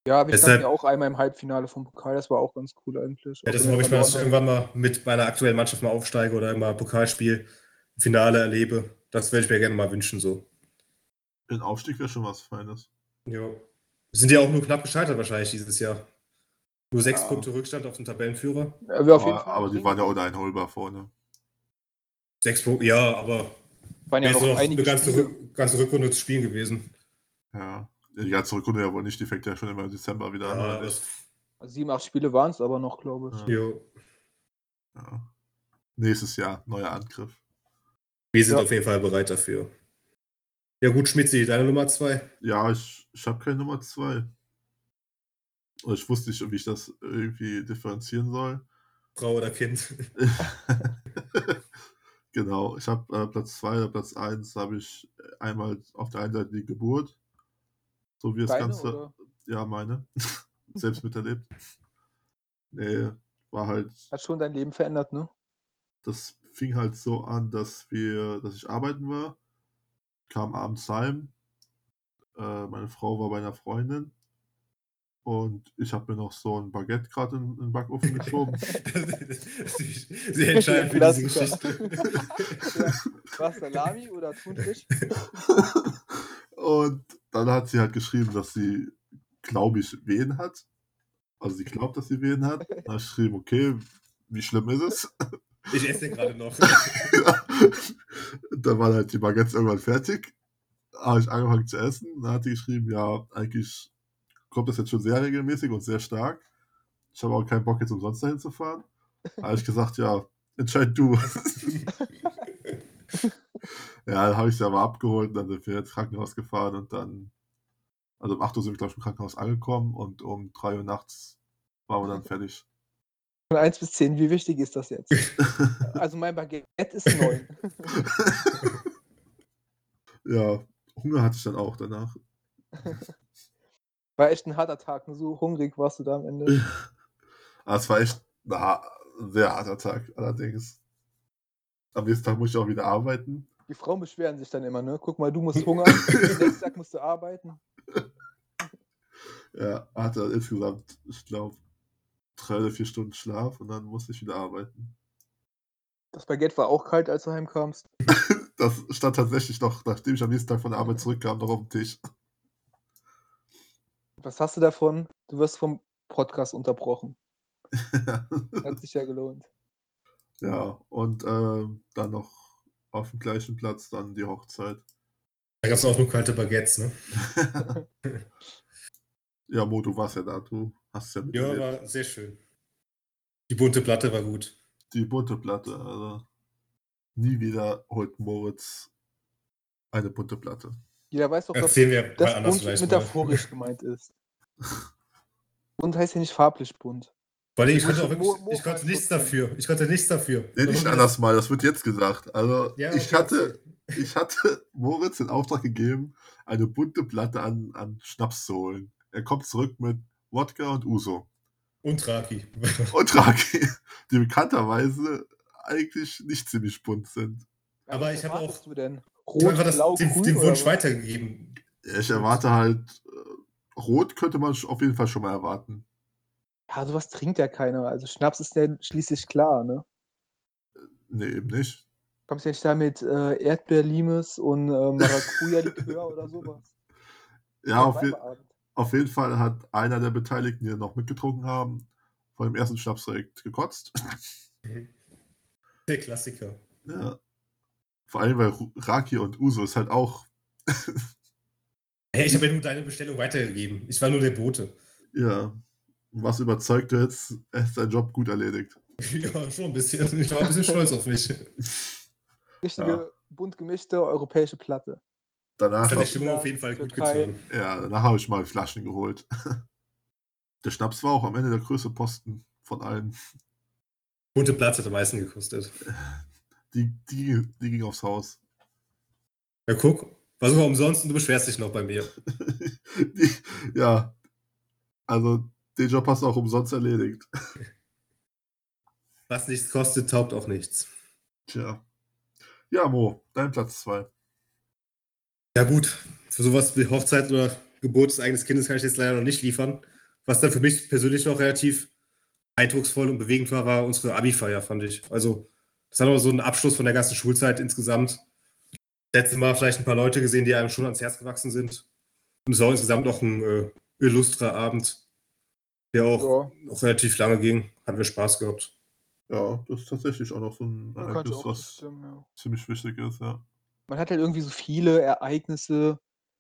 Ja, wir
Deshalb-
standen ja auch einmal im Halbfinale vom Pokal, das war auch ganz cool eigentlich. Also,
Ja,
auch
das
wenn wir
hoffe ich mal, dass ich
verloren
irgendwann mal mit meiner aktuellen Mannschaft mal aufsteige oder mal Pokalspiel, Finale erlebe. Das würde ich mir gerne mal wünschen so.
Ein Aufstieg wäre schon was Feines.
Ja. Wir sind ja auch nur knapp gescheitert wahrscheinlich dieses Jahr. Nur sechs
Ja.
Punkte Rückstand auf den Tabellenführer.
haben. Ja, wir auf
Ah,
jeden
aber
Fall
aber die waren ja uneinholbar vorne.
Sechs Punkte, ja, aber
waren ja
wäre jetzt
noch
noch eine
einige
ganze,
Spiele.
Rück- ganze Rückrunde zu spielen gewesen.
Ja. Die ganze Rückrunde ja wohl nicht, die fängt ja schon immer im Dezember wieder an.
Ja,
oder nicht?
das,
Sieben, acht Spiele waren es aber noch, glaube ich.
Ja.
ja.
Ja. Nächstes Jahr, neuer Angriff.
Wir sind
Ja.
auf jeden Fall bereit dafür. Ja gut, Schmitzi, deine Nummer zwei.
Ja, ich, ich habe keine Nummer 2. Und ich wusste nicht, wie ich das irgendwie differenzieren soll.
Frau oder Kind.
genau, ich habe äh, Platz 2 oder Platz 1 habe ich äh, einmal auf der einen Seite die Geburt, so wie das
Deine
Ganze.
oder?
Ja, meine. Selbst miterlebt. Nee, war halt,
Hat schon dein Leben verändert, ne?
das fing halt so an, dass wir, dass ich arbeiten war, kam abends heim, äh, meine Frau war bei einer Freundin und ich habe mir noch so ein Baguette gerade in, in den Backofen geschoben.
Sehr entscheidend für diese
Klassiker.
Geschichte.
Was, Salami oder Thunfisch?
Und dann hat sie halt geschrieben, dass sie, glaube ich, Wehen hat. Also sie glaubt, dass sie Wehen hat. Dann habe ich geschrieben, okay, wie schlimm ist es?
Ich esse den gerade noch.
dann waren halt die Baguettes irgendwann fertig. habe ich angefangen zu essen. Dann hat die geschrieben, ja, eigentlich kommt das jetzt schon sehr regelmäßig und sehr stark. Ich habe auch keinen Bock, jetzt umsonst dahin zu fahren. Da habe ich gesagt, ja, entscheid du. ja, dann habe ich sie aber abgeholt und dann sind wir ins Krankenhaus gefahren und dann, also um 8 Uhr sind wir, glaube ich, im Krankenhaus angekommen und um 3 Uhr nachts waren wir dann fertig.
Von 1 bis 10, wie wichtig ist das jetzt? also mein Baguette ist 9.
ja, Hunger hatte ich dann auch danach.
War echt ein harter Tag, ne? so hungrig warst du da am Ende.
Aber Ah, es war echt na, ein sehr harter Tag, allerdings. Am nächsten Tag muss ich auch wieder arbeiten.
Die Frauen beschweren sich dann immer, ne? Guck mal, du musst hungern, am nächsten Tag musst du arbeiten.
Ja, hatte insgesamt, ich glaube, drei oder vier Stunden Schlaf und dann musste ich wieder arbeiten.
Das Baguette war auch kalt, als du heimkamst.
Das stand tatsächlich noch, nachdem ich am nächsten Tag von der Arbeit zurückkam, noch auf dem Tisch.
Was hast du davon? Du wirst vom Podcast unterbrochen. Hat sich ja gelohnt.
Ja, und ähm, dann noch auf dem gleichen Platz dann die Hochzeit.
Da gab es auch nur kalte Baguettes, ne?
ja, Mo, du warst ja da, du hast ja
Ja,
miterlebt.
war sehr schön. Die bunte Platte war gut.
Die bunte Platte, also nie wieder holt Moritz eine bunte Platte.
Jeder weiß doch, dass
Erzählen wir mal
das
anders
bunt
vielleicht mal. Vor
metaphorisch gemeint ist. Bunt heißt ja nicht farblich bunt. Also
allem, ich konnte, auch
Mo-
wirklich,
Mo-
ich konnte
Mo-
nichts dafür. Ich konnte nichts dafür.
Nee, nicht anders mal, das wird jetzt gesagt. Also
Ja,
ich,
okay.
hatte, ich hatte Moritz den Auftrag gegeben, eine bunte Platte an, an Schnaps zu holen. Er kommt zurück mit Wodka und Uso.
Und Raki.
Und Raki, die bekannterweise eigentlich nicht ziemlich bunt sind.
Aber
was
ich hab
erwartest
auch-
Du denn?
Ich
Rot,
habe das
blau,
dem,
grün
dem
oder
Wunsch
was?
weitergegeben.
Ja, Ich erwarte halt, äh, Rot könnte man auf jeden Fall schon mal erwarten.
Ja, sowas trinkt ja keiner. Also Schnaps ist ja schließlich klar, ne?
Nee, eben nicht.
Kommst ja nicht da mit äh, Erdbeerlimes und äh, Maracuja-Likör oder sowas.
Ja, auf, je
Weiberabend.
auf jeden Fall hat einer der Beteiligten, die noch mitgetrunken haben, vor dem ersten Schnaps direkt gekotzt.
Der Klassiker.
Ja. Vor allem, weil Ru- Raki und Uso ist halt auch,
Hey, ich habe ja nur deine Bestellung weitergegeben. Ich war nur der Bote.
ja, was überzeugt du jetzt, er hat seinen Job gut erledigt.
Ja, schon ein bisschen. Ich war ein bisschen stolz auf mich.
Richtige bunt gemischte europäische Platte.
Danach,
Das hat
hab,
die Stimmung auf jeden Fall gut
Türkei.
getan.
ja, danach habe ich mal Flaschen geholt. Der Schnaps war auch am Ende der größte Posten von allen.
Bunte Platz hat am meisten gekostet.
Die, die, die ging aufs Haus.
Ja, guck. War sogar umsonst und du beschwerst dich noch bei mir.
die, ja, also den Job hast du auch umsonst erledigt.
Was nichts kostet, taugt auch nichts.
Tja. Ja, Mo, dein Platz 2.
Ja gut, für sowas wie Hochzeit oder Geburt des eigenen Kindes kann ich jetzt leider noch nicht liefern. Was dann für mich persönlich noch relativ eindrucksvoll und bewegend war, war unsere Abi-Feier, fand ich. Also das hat auch so einen Abschluss von der ganzen Schulzeit insgesamt. Letztes Mal vielleicht ein paar Leute gesehen, die einem schon ans Herz gewachsen sind. Und es war insgesamt noch ein äh, illustrer Abend, der auch,
Ja,
auch relativ lange ging. Hatten wir Spaß gehabt.
Ja, das ist tatsächlich auch noch so ein
man konnte
Ereignis,
auch
was
zustimmen, ja.
ziemlich wichtig ist, ja.
Man hat halt irgendwie so viele Ereignisse.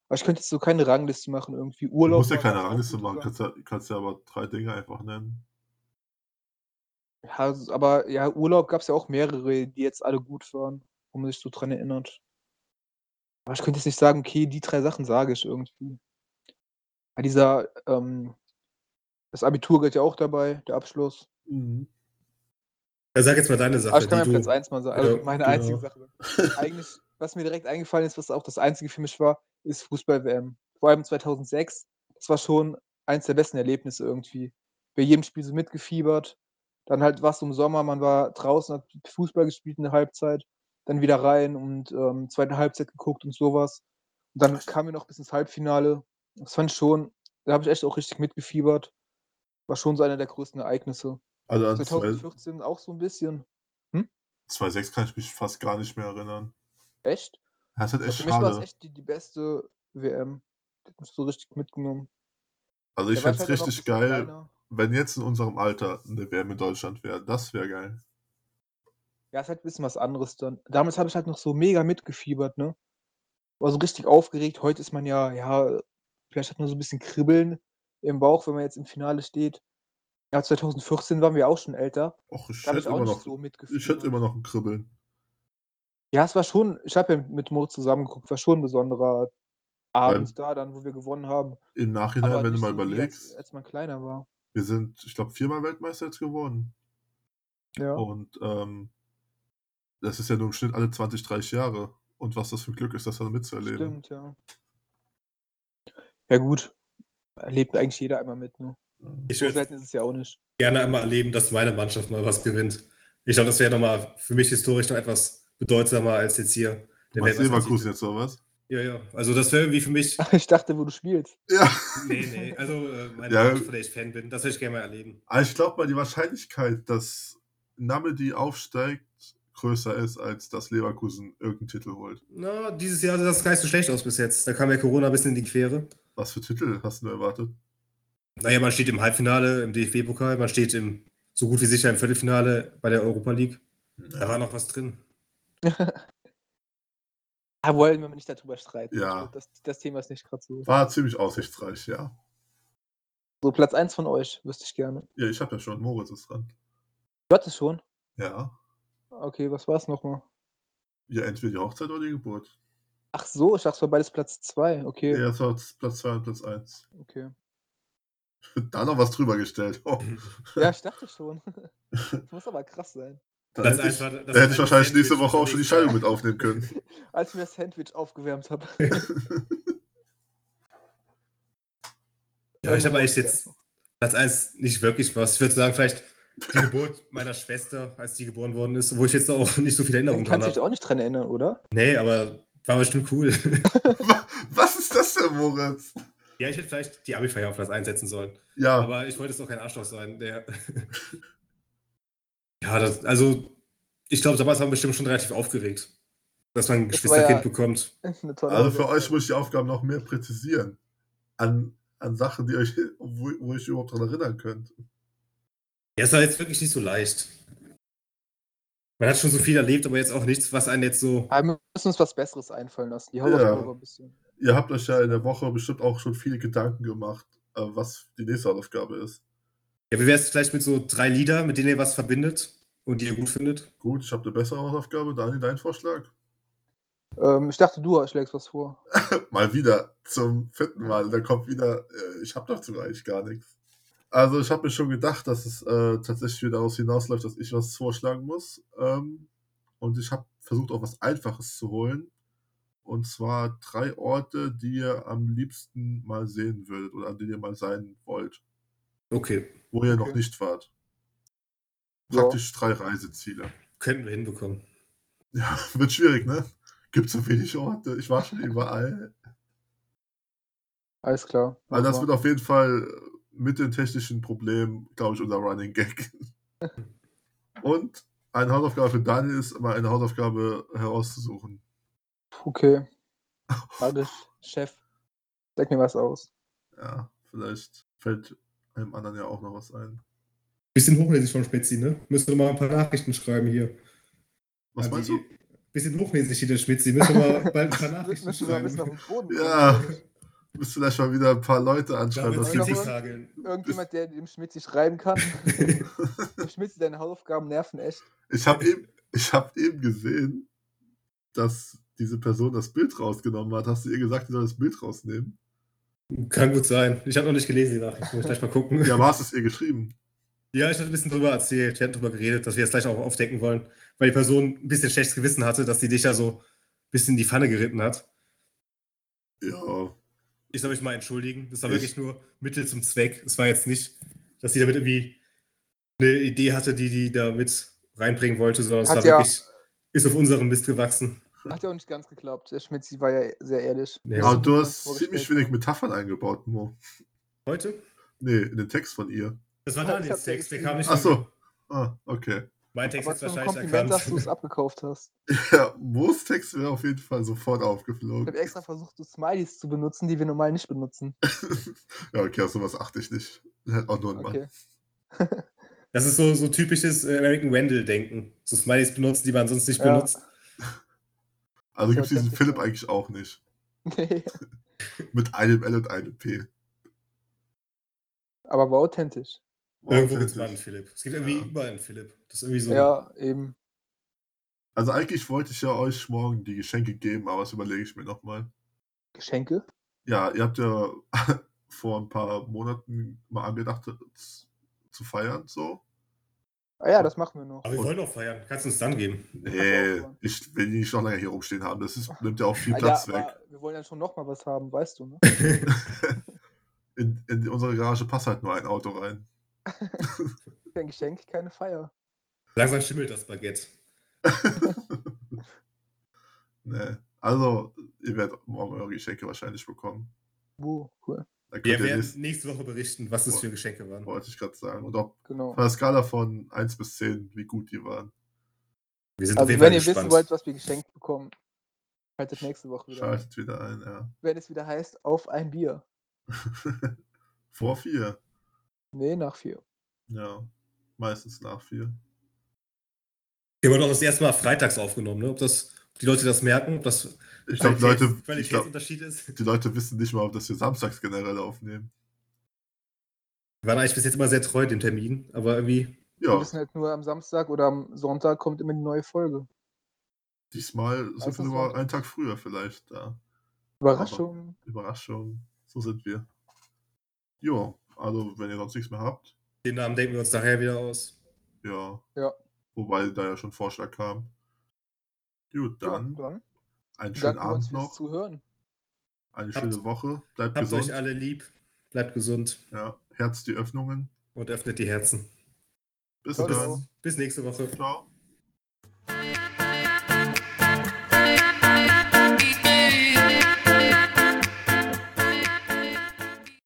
Aber ich könnte jetzt so keine Rangliste machen, irgendwie
Du
Urlaub.
musst
war
ja
ne?
keine
ganz
Rangliste
gut
machen,
sogar.
kannst ja, kannst ja aber drei Dinge einfach nennen.
Ja, s- aber ja, Urlaub gab es ja auch mehrere, die jetzt alle gut waren, wo man sich so dran erinnert. Aber ich könnte jetzt nicht sagen, okay, die drei Sachen sage ich irgendwie. Ja, dieser, ähm, das Abitur geht ja auch dabei, der Abschluss.
Dann sag jetzt mal deine Sache.
Aber ich kann
die
meinen
du,
Platz 1 mal sagen, also
Ja,
meine
genau.
einzige Sache. Eigentlich, was mir direkt eingefallen ist, was auch das einzige für mich war, ist Fußball-WM. Vor allem 2006, das war schon eins der besten Erlebnisse irgendwie. Bei jedem Spiel so mitgefiebert. Dann halt war es so im Sommer, man war draußen, hat Fußball gespielt in der Halbzeit, dann wieder rein und ähm, zweite Halbzeit geguckt und sowas. Und dann kamen wir noch bis ins Halbfinale. Das fand ich schon, da habe ich echt auch richtig mitgefiebert. War schon so einer der größten Ereignisse.
Also an
halt
2-
2014 auch so ein bisschen.
2.6 kann ich mich fast gar nicht mehr erinnern.
Echt?
Das ist halt
Aber
echt
für mich war es
schade.
echt die, die beste WM. Die hat mich so richtig mitgenommen.
Also ich
Da war
fände es
halt auch noch ein
richtig
bisschen
geil,
kleiner.
wenn jetzt in unserem Alter eine WM in Deutschland wäre. Das wäre geil.
Ja, ist halt ein bisschen was anderes dann. Damals habe ich halt noch so mega mitgefiebert, ne? war so richtig aufgeregt. Heute ist man ja, ja, vielleicht hat man so ein bisschen Kribbeln im Bauch, wenn man jetzt im Finale steht. Ja, 2014 waren wir auch schon älter.
Och, ich
Da habe ich
hätte
auch
immer
nicht
noch,
so mitgefühlt.
ich hätte immer noch ein Kribbeln.
Ja, es war schon, ich habe ja mit Mo zusammengeguckt, war schon ein besonderer Abend da, dann, wo wir gewonnen haben.
Im Nachhinein, wenn du
nicht
mal
so wie
überlegst,
Als, als man kleiner war.
wir sind, ich glaube, viermal Weltmeister jetzt geworden.
Ja.
Und ähm, das ist ja nur im Schnitt alle 20, 30 Jahre. Und was das für ein Glück ist, das dann mitzuerleben.
Stimmt, ja. Ja, gut. Erlebt eigentlich jeder einmal mit, ne?
Ich
So
würde
selten ist es ja auch nicht.
gerne einmal erleben, dass meine Mannschaft mal was gewinnt. Ich glaube, das wäre nochmal für mich historisch noch etwas bedeutsamer als jetzt hier.
Du meinst
Weltmeistertitel.
Leverkusen jetzt oder was?
Ja, ja. Also das wäre irgendwie für mich.
Ich dachte, wo du spielst.
Ja.
Nee, nee. Also äh, meine
Ja.
Mannschaft, von der ich Fan bin, das würde ich gerne mal erleben.
Aber ich glaube mal, die Wahrscheinlichkeit, dass Namedi aufsteigt, größer ist, als dass Leverkusen irgendeinen Titel holt.
Na, dieses Jahr sah das gar nicht so schlecht aus bis jetzt. Da kam ja Corona ein bisschen in die Quere.
Was für Titel hast du erwartet?
Naja, man steht im Halbfinale im DFB-Pokal, man steht im so gut wie sicher im Viertelfinale bei der Europa League. Da war noch was drin.
Da wollen Ah, wir nicht darüber streiten.
Ja.
Ich glaub, Das, das Thema ist nicht gerade so.
War ziemlich aussichtsreich, ja.
So, Platz 1 von euch, wüsste ich gerne.
Ja, ich habe ja schon, Moritz ist dran.
Du hattest schon.
Ja.
Okay, was war es nochmal?
Ja, entweder die Hochzeit oder die Geburt.
Ach so, ich dachte, es war beides Platz 2. Okay,
Ja, das war Platz 2 und Platz 1.
okay.
Da noch was drüber gestellt. Oh,
Mhm.
Ja, ich dachte schon. Das muss aber krass sein.
da
Das
hätte
eins
ich,
war- das
da hätte
war
ich wahrscheinlich
ein
nächste
Sandwich
Woche auch schon die
unterwegs.
Scheidung mit aufnehmen können.
Als ich mir das Sandwich aufgewärmt habe.
Ja, ich habe eigentlich jetzt Platz 1 nicht wirklich was. Ich würde sagen, vielleicht die Geburt meiner Schwester, als die geboren worden ist, wo ich jetzt auch nicht so viele
Dann
Erinnerungen dran
kannst du dich
habe.
auch nicht dran erinnern, oder?
Nee, aber war bestimmt cool.
was ist das denn, Moritz?
ja, ich hätte vielleicht die Abi-Feier auf Platz einsetzen sollen.
Ja,
Aber ich wollte jetzt auch kein Arschloch sein. Der ja, das, also ich glaube, damals waren wir bestimmt schon relativ aufgeregt, dass man ein
Das war ja-
Geschwisterkind bekommt.
Eine tolle
also für
Sache.
euch muss ich die Aufgaben noch mehr präzisieren. An, an Sachen, die euch, wo, wo ich überhaupt dran erinnern könnt.
Ja, es war jetzt wirklich nicht so leicht. Man hat schon so viel erlebt, aber jetzt auch nichts, was einen jetzt so.
Aber wir müssen uns was Besseres einfallen lassen. Die
Ja.
Hausaufgabe ein bisschen.
Ihr habt euch ja in der Woche bestimmt auch schon viele Gedanken gemacht, äh, was die nächste Hausaufgabe ist.
Ja, wie wäre es vielleicht mit so drei Lieder, mit denen ihr was verbindet und die ihr gut findet?
Gut, ich habe eine bessere Hausaufgabe. Daniel, dein Vorschlag?
Ähm, ich dachte, du schlägst was vor.
Mal wieder zum vierten Mal. Da kommt wieder, äh, ich habe dazu eigentlich gar nichts. Also ich habe mir schon gedacht, dass es äh, tatsächlich wieder daraus hinausläuft, dass ich was vorschlagen muss. Ähm, und ich habe versucht, auch was Einfaches zu holen. Und zwar drei Orte, die ihr am liebsten mal sehen würdet oder an denen ihr mal sein wollt,
Okay,
wo ihr noch
Okay.
nicht wart.
Ja.
Praktisch drei Reiseziele.
könnten wir hinbekommen.
Ja, wird schwierig, ne? Gibt so wenig Orte. Ich war schon überall.
Alles klar.
Also das
Mach
wird
mal.
auf jeden Fall mit den technischen Problemen, glaube ich, unser Running Gag. Und eine Hausaufgabe für Daniel ist, mal eine Hausaufgabe herauszusuchen.
okay. Alles, Chef. Sag mir was aus.
Ja, vielleicht fällt einem anderen ja auch noch was ein.
Bisschen hochnäsig vom Spezi, ne? Müsste mal ein paar Nachrichten schreiben hier.
Was
An
meinst
die-
du?
Bisschen hochnäsig hier der Spezi. Müssen wir mal bald ein paar
Müssen
Nachrichten
wir mal ein bisschen auf
schreiben.
den Boden kommen.
Ja, müsst vielleicht mal wieder ein paar Leute
Da
anschreiben.
wird
Das
wird's
Kritik
noch-
gibt's,
tageln.
Irgendjemand, der dem Schmitzi schreiben kann. dem Schmitzi, deine Hausaufgaben nerven echt.
ich habe eben, ich hab eben gesehen, dass diese Person das Bild rausgenommen hat. Hast du ihr gesagt, sie soll das Bild rausnehmen?
Kann gut sein. Ich habe noch nicht gelesen die Nachricht. Muss ich gleich mal gucken.
Ja, war es ihr geschrieben?
Ja, ich hatte ein bisschen drüber erzählt. Wir hatten drüber geredet, dass wir das gleich auch aufdecken wollen, weil die Person ein bisschen schlechtes Gewissen hatte, dass sie dich da so ein bisschen in die Pfanne geritten hat.
Ja,
Ich soll mich mal entschuldigen. Das war
Ich-
wirklich nur Mittel zum Zweck. Es war jetzt nicht, dass sie damit irgendwie eine Idee hatte, die die da mit reinbringen wollte, sondern es
Hat
war
ja-
wirklich, ist auf unserem Mist gewachsen.
Hat ja auch nicht ganz geklappt. Der Schmitzi war ja sehr ehrlich.
Nee.
Ja,
Also,
und du
wie wir
hast
uns
ziemlich
vorgestellt
wenig
haben.
Metaphern eingebaut, Mo.
Heute?
Nee, in den Text von ihr.
Das war
Ja, ich
Daniels
hab's ja
Text, der
geschrieben.
kam nicht.
Ach
von
so.
mir.
Ah, okay.
Mein Text
Aber es
ist
war ein
wahrscheinlich
Kompliment,
erkannt.
dass du es abgekauft hast.
Ja, Mo's Text wäre auf jeden Fall sofort
Ich
aufgeflogen.
habe extra versucht, so Smileys zu benutzen, die wir normal nicht benutzen.
ja, okay, auf sowas achte ich nicht. Halt auch nur ein Mann.
Okay.
Das ist so, so typisches äh, American Wendell-Denken. So Smileys benutzen, die man sonst nicht
Ja.
benutzt.
Also
Ja,
gibt es diesen
das ist
Philipp
ja-
eigentlich auch nicht.
Nee.
Mit einem L und einem P.
Aber war authentisch.
Irgendwo gibt es mal einen
Authentisch.
Philipp. Es gibt irgendwie
Oh, Ja.
überall einen Philipp. Das ist irgendwie so.
Ja, eben.
Also eigentlich wollte ich ja euch morgen die Geschenke geben, aber das überlege ich mir nochmal.
Geschenke?
Ja, ihr habt ja vor ein paar Monaten mal angedacht z- zu feiern, so.
Ah ja, das machen wir noch.
Aber wir wollen doch feiern. Kannst du uns dann geben?
Nee, ich will die nicht noch länger hier rumstehen haben. Das ist, nimmt ja auch viel
Alter,
Platz
aber
weg.
Ah, Wir wollen ja schon nochmal was haben, weißt du, ne?
In, in unsere Garage passt halt nur ein Auto rein.
Kein Geschenk, keine Feier.
Langsam schimmelt das Baguette.
Nee. Also, ihr werdet morgen eure Geschenke wahrscheinlich bekommen.
Wo? Cool.
Dann könnt
Wir
ihr
werden
nächsten,
nächste Woche berichten, was
Oh.
das für Geschenke waren.
wollte ich gerade sagen. Und ob
Genau.
auf der Skala von 1 bis 10, wie gut die waren.
Wir sind auf
Also
jeden
wenn
Fall
ihr wissen
gespannt.
wollt, was wir geschenkt bekommen, schaltet nächste Woche wieder. ein.
Schaltet wieder ein, ja.
Wenn es wieder heißt, auf ein Bier.
Vor 4.
Nee, nach vier.
Ja. Meistens nach 4.
Wir haben doch das erste Mal freitags aufgenommen, ne? Ob das ob die Leute das merken, ob das
Ich glaube, Leute,
Qualitäts-
ich glaub,
Qualitätsunterschied ist.
die Leute wissen nicht mal, dass wir samstags generell aufnehmen.
Wir waren eigentlich bis jetzt immer sehr treu dem Termin, aber irgendwie
Wir
Ja,
wissen halt nur, am Samstag oder am Sonntag kommt immer die neue Folge.
diesmal sind
Also
wir sogar
so-
einen Tag früher vielleicht da.
Überraschung.
Überraschung, so sind wir. Jo, also wenn ihr sonst nichts mehr habt,
den Namen denken wir uns nachher wieder aus.
ja.
Ja.
Wobei da ja schon Vorschlag kam. Gut, dann
ja, dann.
einen schönen
Danke uns
Abend
fürs
noch,
Zuhören.
eine
Habt-
schöne Woche, bleibt
Habt
gesund,
euch alle lieb, bleibt gesund
ja, Herz die Öffnungen.
und öffnet die Herzen.
Bis
Ciao,
Bis,
ciao.
dann,
bis nächste Woche.
ciao.